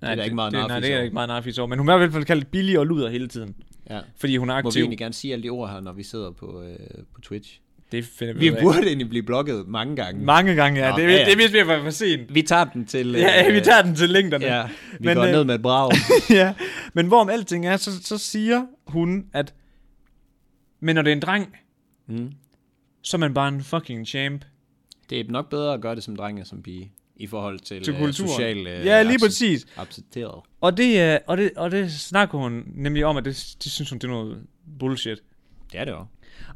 Nej,
er der ikke meget
det, nej,
narfis
det er der
over.
ikke meget narfis over. Men hun er i hvert fald kaldt billig og luder hele tiden,
Ja.
fordi hun er
Må vi
aktiv.
egentlig gerne sige alle de ord her, når vi sidder på, øh, på Twitch?
Det finder vi,
Vi
ud af.
burde egentlig blive blokket mange gange.
Mange gange, ja.
Nå,
det,
ja,
ja,
ja.
det vidste vi var for sent.
Vi tager den til... øh,
Ja, vi tager den til længderne.
Ja, vi
Men,
Men, går
øh,
ned med et brag.
ja. Men hvorom alting er, så, så siger hun, at... Men når det er en dreng,
mm.
så er man bare en fucking champ.
Det er nok bedre at gøre det som dreng end som pige, i forhold til,
Til
øh,
kulturen.
social... Øh,
ja, lige
accept-
præcis.
Accepteret.
Og det, er- og det, og det snakker hun nemlig om, at det, det synes hun, det er noget bullshit.
Det er det også.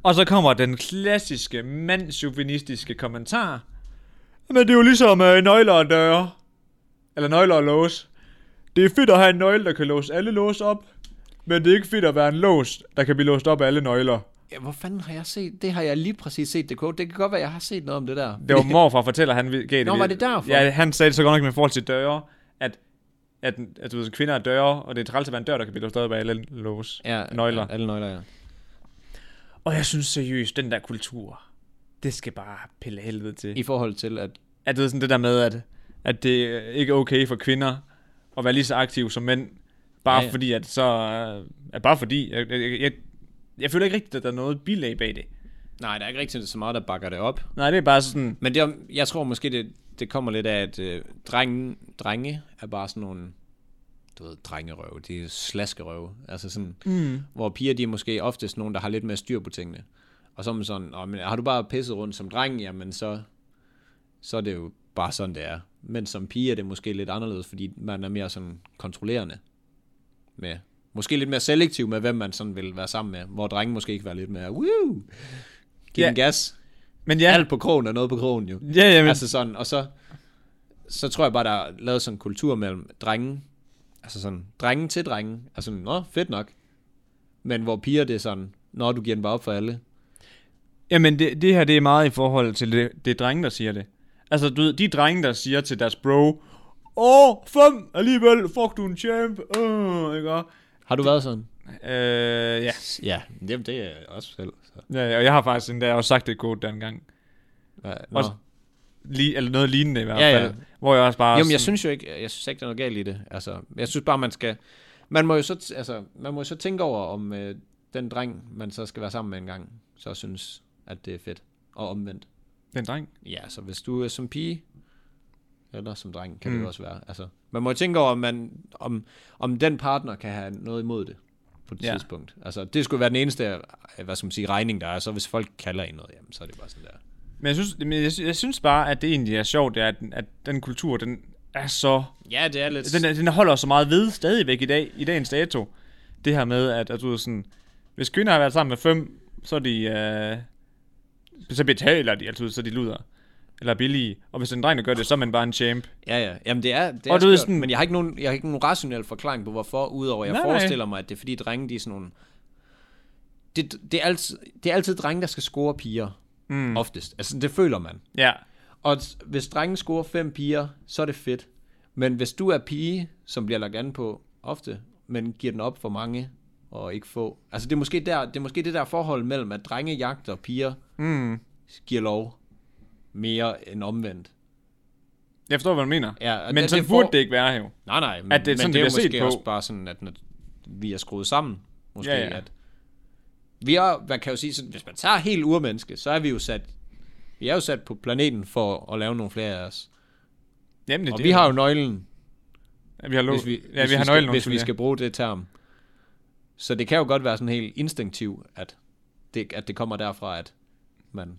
Og så kommer den klassiske, mandsjuvenistiske kommentar. Men det er jo ligesom øh, nøgler og døre. Eller nøgler og lås. Det er fedt at have en nøgle, der kan låse alle lås op. Men det er ikke fedt at være en lås, der kan blive låst op af alle nøgler.
Ja, hvor fanden har jeg set? Det har jeg lige præcis set det kode. Det kan godt være, jeg har set noget om det der.
Det var morfar fortæller, han gav det.
Nå,
vid-
var det derfor?
Ja, han sagde det så godt nok med forhold til døre, at, at, at du ved, kvinder er døre, og det er træls at være en dør, der kan blive låst op af alle lås.
Ja,
Nøgler.
Alle nøgler, ja.
Og jeg synes seriøst, den der kultur, det skal bare pille af helvede til.
I forhold til, at
at det er sådan det der med, at, at det er ikke er okay for kvinder at være lige så aktive som mænd, bare ja,
Ja,
ja.
ja.
fordi, at så, øh, at bare fordi, jeg, jeg, jeg, jeg føler ikke rigtigt, at der er noget bilag bag det.
Nej, der er ikke rigtig så meget, der bakker det op.
Nej, det er bare sådan,
Men det, er- jeg tror måske, det, det kommer lidt af, at øh, drenge, drenge er bare sådan nogle, du ved, drengerøve. De er slaskerøve. Altså sådan, mm. hvor piger, de er måske oftest nogen, der har lidt mere styr på tingene. Og så er man sådan, Åh, men har du bare pisset rundt som dreng, jamen så, så er det jo bare sådan, det er. Men som pige er det måske lidt anderledes, fordi man er mere sådan kontrollerende med Måske lidt mere selektiv med, hvem man sådan vil være sammen med. Hvor drenge måske ikke være lidt mere, woo, giv
Ja.
den gas.
men ja,
Alt på krogen er noget på krogen jo.
ja, ja, men,
Jamen.
altså,
Altså sådan, og så, så tror jeg bare, der er lavet sådan en kultur mellem drenge, altså sådan drenge til drenge, altså sådan, nå, fedt nok. Men hvor piger det er sådan, når du giver den bare op for alle.
jamen det, det her, det er meget i forhold til det, det er drenge, der siger det. Altså, du ved, de drenge, der siger til deres bro, Åh, fem alligevel, fuck du er en champ, øh, ikke også?
Har du været sådan?
Øh, ja.
Ja, jamen det er jeg også selv. Så.
ja. ja, og jeg har faktisk endda også sagt det kort den gang.
Hva- Nå.
Også, li- eller noget lignende i hvert
Ja,
fald.
ja.
Hvor jeg også bare...
Jamen, jeg
sådan-
synes jo ikke, jeg synes ikke, der er noget galt i det. Altså, jeg synes bare, man skal... Man må jo så, t- altså, man må jo så tænke over, om øh, den dreng, man så skal være sammen med en gang, så synes, at det er fedt. Og omvendt.
Den dreng.
Ja, så hvis du er som pige, eller som dreng, kan mm. det jo også være. Altså, man må jo tænke over, om, man, om, om den partner kan have noget imod det på et
Ja.
ja. tidspunkt. Altså, det skulle være den eneste øh, hvad skal man sige, regning, der er. Så hvis folk kalder en noget, jamen, så er det bare sådan der.
Men jeg synes, men jeg, sy- jeg synes bare, at det egentlig er sjovt, det er, at, at den kultur, den er så...
Ja, det er lidt...
Den, er- den holder så meget ved stadigvæk i dag, i dagens dato. Det her med, at, at du ved sådan... Hvis kvinder har været sammen med fem, så er de... Øh, så betaler de altid, så er de luder. Eller billige. Og hvis en dreng, der gør det, så er man bare en champ.
Ja, ja. Jamen, det er, det
Og
er
du ved
skørt,
sådan-
sådan... men jeg har, ikke nogen, jeg har ikke nogen rationel forklaring på, hvorfor, udover jeg
Nej,
nej,
nej.
forestiller mig, at det er fordi drenge, de er sådan nogle... Det, det, er altid, det er altid drenge, der skal score piger. Mm. Oftest. Altså, det føler man.
Ja.
Og s- hvis drengen scorer fem piger, så er det fedt. Men hvis du er pige, som bliver lagt an på ofte, men giver den op for mange og ikke få. Altså det er måske, der, det, er måske det der forhold mellem, at drenge jagter og piger
Mm.
giver lov mere end omvendt.
Jeg forstår, hvad du mener.
Ja, og
men
det-
sådan
det
burde
får-
det ikke være, jo.
Nej, nej, men,
At det er sådan,
men det
det
er
bliver set
måske
på.
også bare sådan, at når vi er skruet sammen, måske,
Ja, ja.
at vi er, man kan jo sige, sådan, hvis man tager helt urmenneske, så er vi jo sat, vi er jo sat på planeten for at lave nogle flere af os.
Jamen, det,
Og
det
vi
er-
har jo nøglen,
Ja, vi har, lo-
hvis vi,
ja,
hvis
vi har
skal,
nøglen
hvis vi
undskyld,
skal bruge det term. Så det kan jo godt være sådan helt instinktivt, at det, at det kommer derfra, at man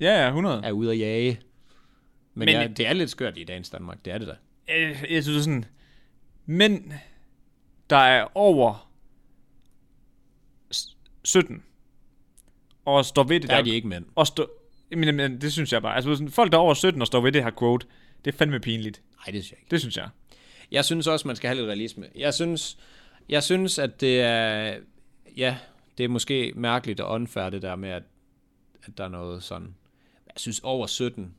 Ja, ja, 100.
er ude at jage. Men,
Men-
Men ja, det er lidt skørt i dagens Danmark, det er det da.
Øh, jeg synes sådan, mænd, der er over s- 17, og står ved det
Der
der,
er de ikke mænd.
og stå, men, men, det synes jeg bare, altså sådan, folk, der er over 17 og står ved det her quote, det er fandme pinligt,
Nej, det synes jeg ikke.
det synes jeg.
Jeg synes også, man skal have lidt realisme. Jeg synes, jeg synes at det er... Ja, det er måske mærkeligt og unfair, det der med, at, at der er noget sådan... Jeg synes, over 17,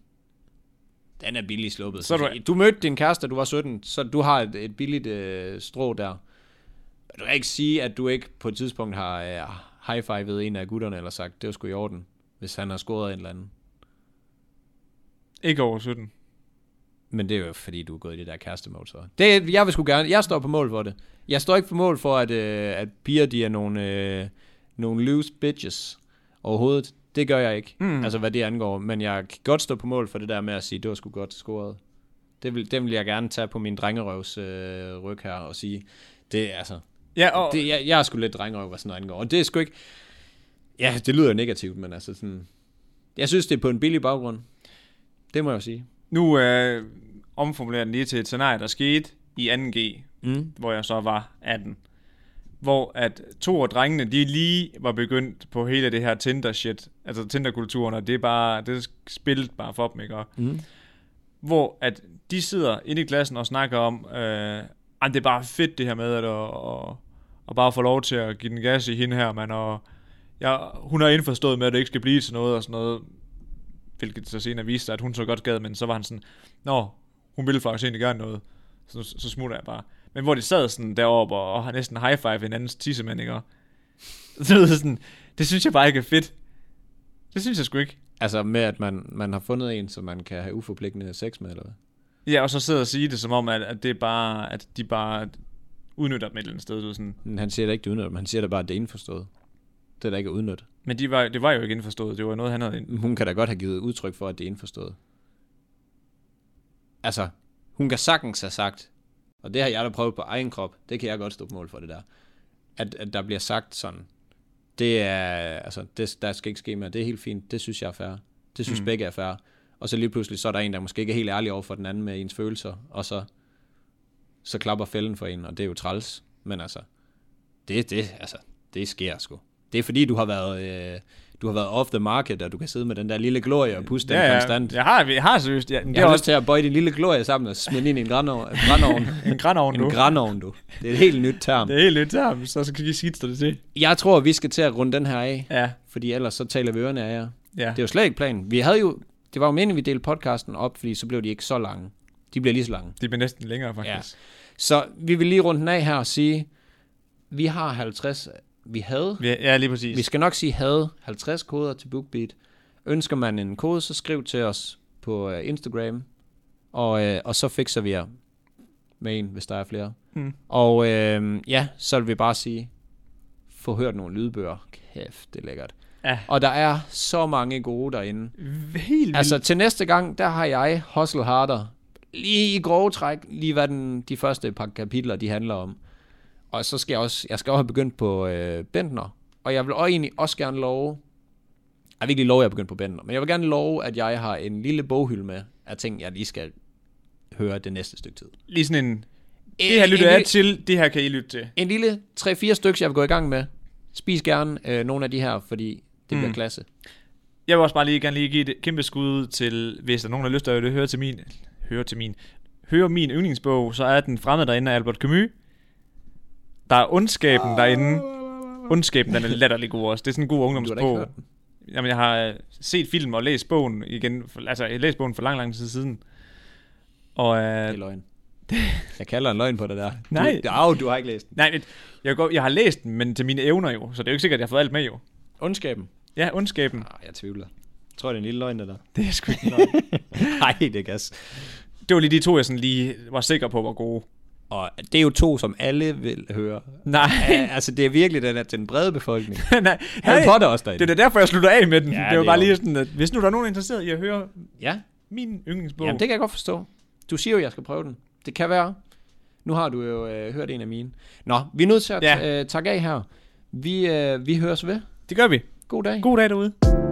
den er billig sluppet.
Så er
Så
du-
du, du mødte din kæreste, da du var 17, så du har et, et billigt øh, strå der. Men du kan ikke sige, at du ikke på et tidspunkt har øh, high-fivet en af gutterne, eller sagt, det var sgu i orden, hvis han har scoret en eller anden.
Ikke over 17.
Men det er jo fordi, du er gået i det der kæreste mode, så. Det, jeg vil sgu gerne, jeg står på mål for det. Jeg står ikke på mål for, at, øh, at piger, de er nogle, øh, nogle loose bitches overhovedet. Det gør jeg ikke, mm. altså hvad det angår. Men jeg kan godt stå på mål for det der med at sige, det var sgu godt scoret. Det vil, den vil jeg gerne tage på min drengerøvs øh, ryg her og sige, det er altså,
Ja, og, det,
det, jeg, jeg er sgu lidt drengerøv, hvad sådan noget angår. Og det er sgu ikke, ja, det lyder jo negativt, men altså sådan, jeg synes, det er på en billig baggrund. Det må jeg jo sige.
nu øh, omformulerer jeg den lige til et scenarie, der skete i 2G,
Mm.
hvor jeg så var 18. Hvor at to af drengene, de lige var begyndt på hele det her Tinder-shit, altså Tinder-kulturen, og det er bare, det er spillet bare for dem, ikke? Og,
Mhm.
Hvor at de sidder inde i klassen og snakker om, øh, "Ej, det er bare fedt det her med, at og, og, og bare få lov til at give den gas i hende her, man, og jeg, hun er indforstået med, at det ikke skal blive til noget og sådan noget, hvilket så senere viste sig, at hun så godt gad, men så var han sådan, nå, hun ville faktisk egentlig gøre noget, så, så smutter jeg bare. Men hvor de sad sådan deroppe og, og har næsten high five hinandens tissemand, ikke? Og- Så det, sådan, det synes jeg bare ikke er fedt. Det synes jeg sgu ikke.
Altså med, at man, man har fundet en, som man kan have uforpligtende sex med, eller hvad?
Ja, og så sidder og sige det som om, at, at det er bare, at de bare udnytter dem et eller andet sted. Du, sådan.
Men Han siger da ikke, det er udnyttet, men han siger da bare, at det er indforstået. Det er da ikke at udnytte.
Men de var, det var jo ikke indforstået. Det var noget, han havde ind.
Hun kan da godt have givet udtryk for, at det er indforstået. Altså, hun kan sagtens have sagt, og det har jeg da prøvet på egen krop, det kan jeg godt stå på mål for det der, at, at der bliver sagt sådan, det er, altså, det, der skal ikke ske mere, det er helt fint, det synes jeg er fair, det synes mm. begge er fair, og så lige pludselig, så er der en, der måske ikke er helt ærlig over for den anden med ens følelser, og så, så klapper fælden for en, og det er jo træls, men altså, det, det, altså, det sker sgu. Det er fordi, du har været, øh, du har været off the market, og du kan sidde med den der lille glorie og puste den
ja,
konstant.
Ja, jeg har, jeg har seriøst. Ja, men
Jeg
det er
har også...
også
lyst til at bøje din lille glorie sammen og smide den ind i en grænovn. En grænovn.
en grænovn nu.
en grænovn, du. Det er et helt nyt term.
det er helt lidt der, så skal de sige det til.
Jeg tror, vi skal til at runde den her af,
Ja,
fordi ellers så taler vi ørerne af jer.
ja.
Det er jo slet ikke planen. Vi havde jo Det var jo meningen, vi delte podcasten op, fordi så blev de ikke så lange. De bliver lige så lange.
De bliver næsten længere, faktisk. Ja.
Så vi vil lige runde den af her og sige, vi har 50, vi havde,
Vi, ja, lige præcis.
vi skal nok sige havde 50 koder til BookBeat. Ønsker man en kode, så skriv til os på øh, Instagram, og, øh, og så fikser vi jer med en, hvis der er flere.
Mm.
Og øh, ja, så vil vi bare sige, få hørt nogle lydbøger. Kæft, det er lækkert.
Ja.
Og der er så mange gode derinde.
Helt vildt.
Altså til næste gang, der har jeg Hustle Harder. Lige i grove træk, lige hvad den, de første par kapitler, de handler om. Og så skal jeg også, jeg skal også have begyndt på øh, Bentner. Og jeg vil også egentlig også gerne love, jeg vil ikke lige love, at jeg er begyndt på Bentner, men jeg vil gerne love, at jeg har en lille boghylde med af ting, jeg lige skal høre det næste stykke tid.
lige sådan en...
En-
Det her lytter
E- en
jeg
lille-
til, det her kan I lytte til.
En lille 3-4 stykker, jeg vil gå i gang med. Spis gerne øh, nogle af de her, fordi det mm. bliver klasse.
Jeg vil også bare lige gerne lige give et kæmpe skud ud til, hvis der er nogen, der har lyst til at høre til min, høre til min, høre min yndlingsbog, så er den fremmede derinde af Albert Camus. Der er ondskaben derinde. Ondskaben, den er latterlig god også. Det er sådan en god
ikke
ungdomsbog.
hørt
Jamen, jeg har øh, set film og læst bogen igen. For, altså, jeg læste bogen for lang, lang tid siden. Og øh,
Det er løgn. Jeg kalder en løgn på det der.
Nej.
Du, au, du har ikke læst den.
Nej, men jeg, går, jeg har læst den, men til mine evner jo, så det er jo ikke sikkert, at jeg har fået alt med jo.
Ondskaben.
Ja, ondskaben.
Ah, jeg tvivler. Jeg tror, det er en lille løgn, det der.
Det er sgu ikke
Nej, det er gas.
Det var lige de to, jeg sådan lige var sikker på var gode.
Og det er jo to, som alle vil høre.
Nej,
Ah, altså, det er virkelig den, at den brede befolkning.
nej,
Harry
nej.
Potter også derinde.
Det er da derfor, jeg slutter af med den.
Ja,
Ja,
det
det
er
var bare
jo-
lige sådan, at hvis nu der er nogen der er interesseret i at høre
Ja,
min yndlingsbog.
Jamen, det kan jeg godt forstå. Du siger jo, at jeg skal prøve den. Det kan være. Nu har du jo øh, hørt en af mine. Nå, vi er nødt til at
Ja.
ja. øh, takke af her. Vi, øh, vi høres ved.
det gør vi.
God dag.
God dag derude.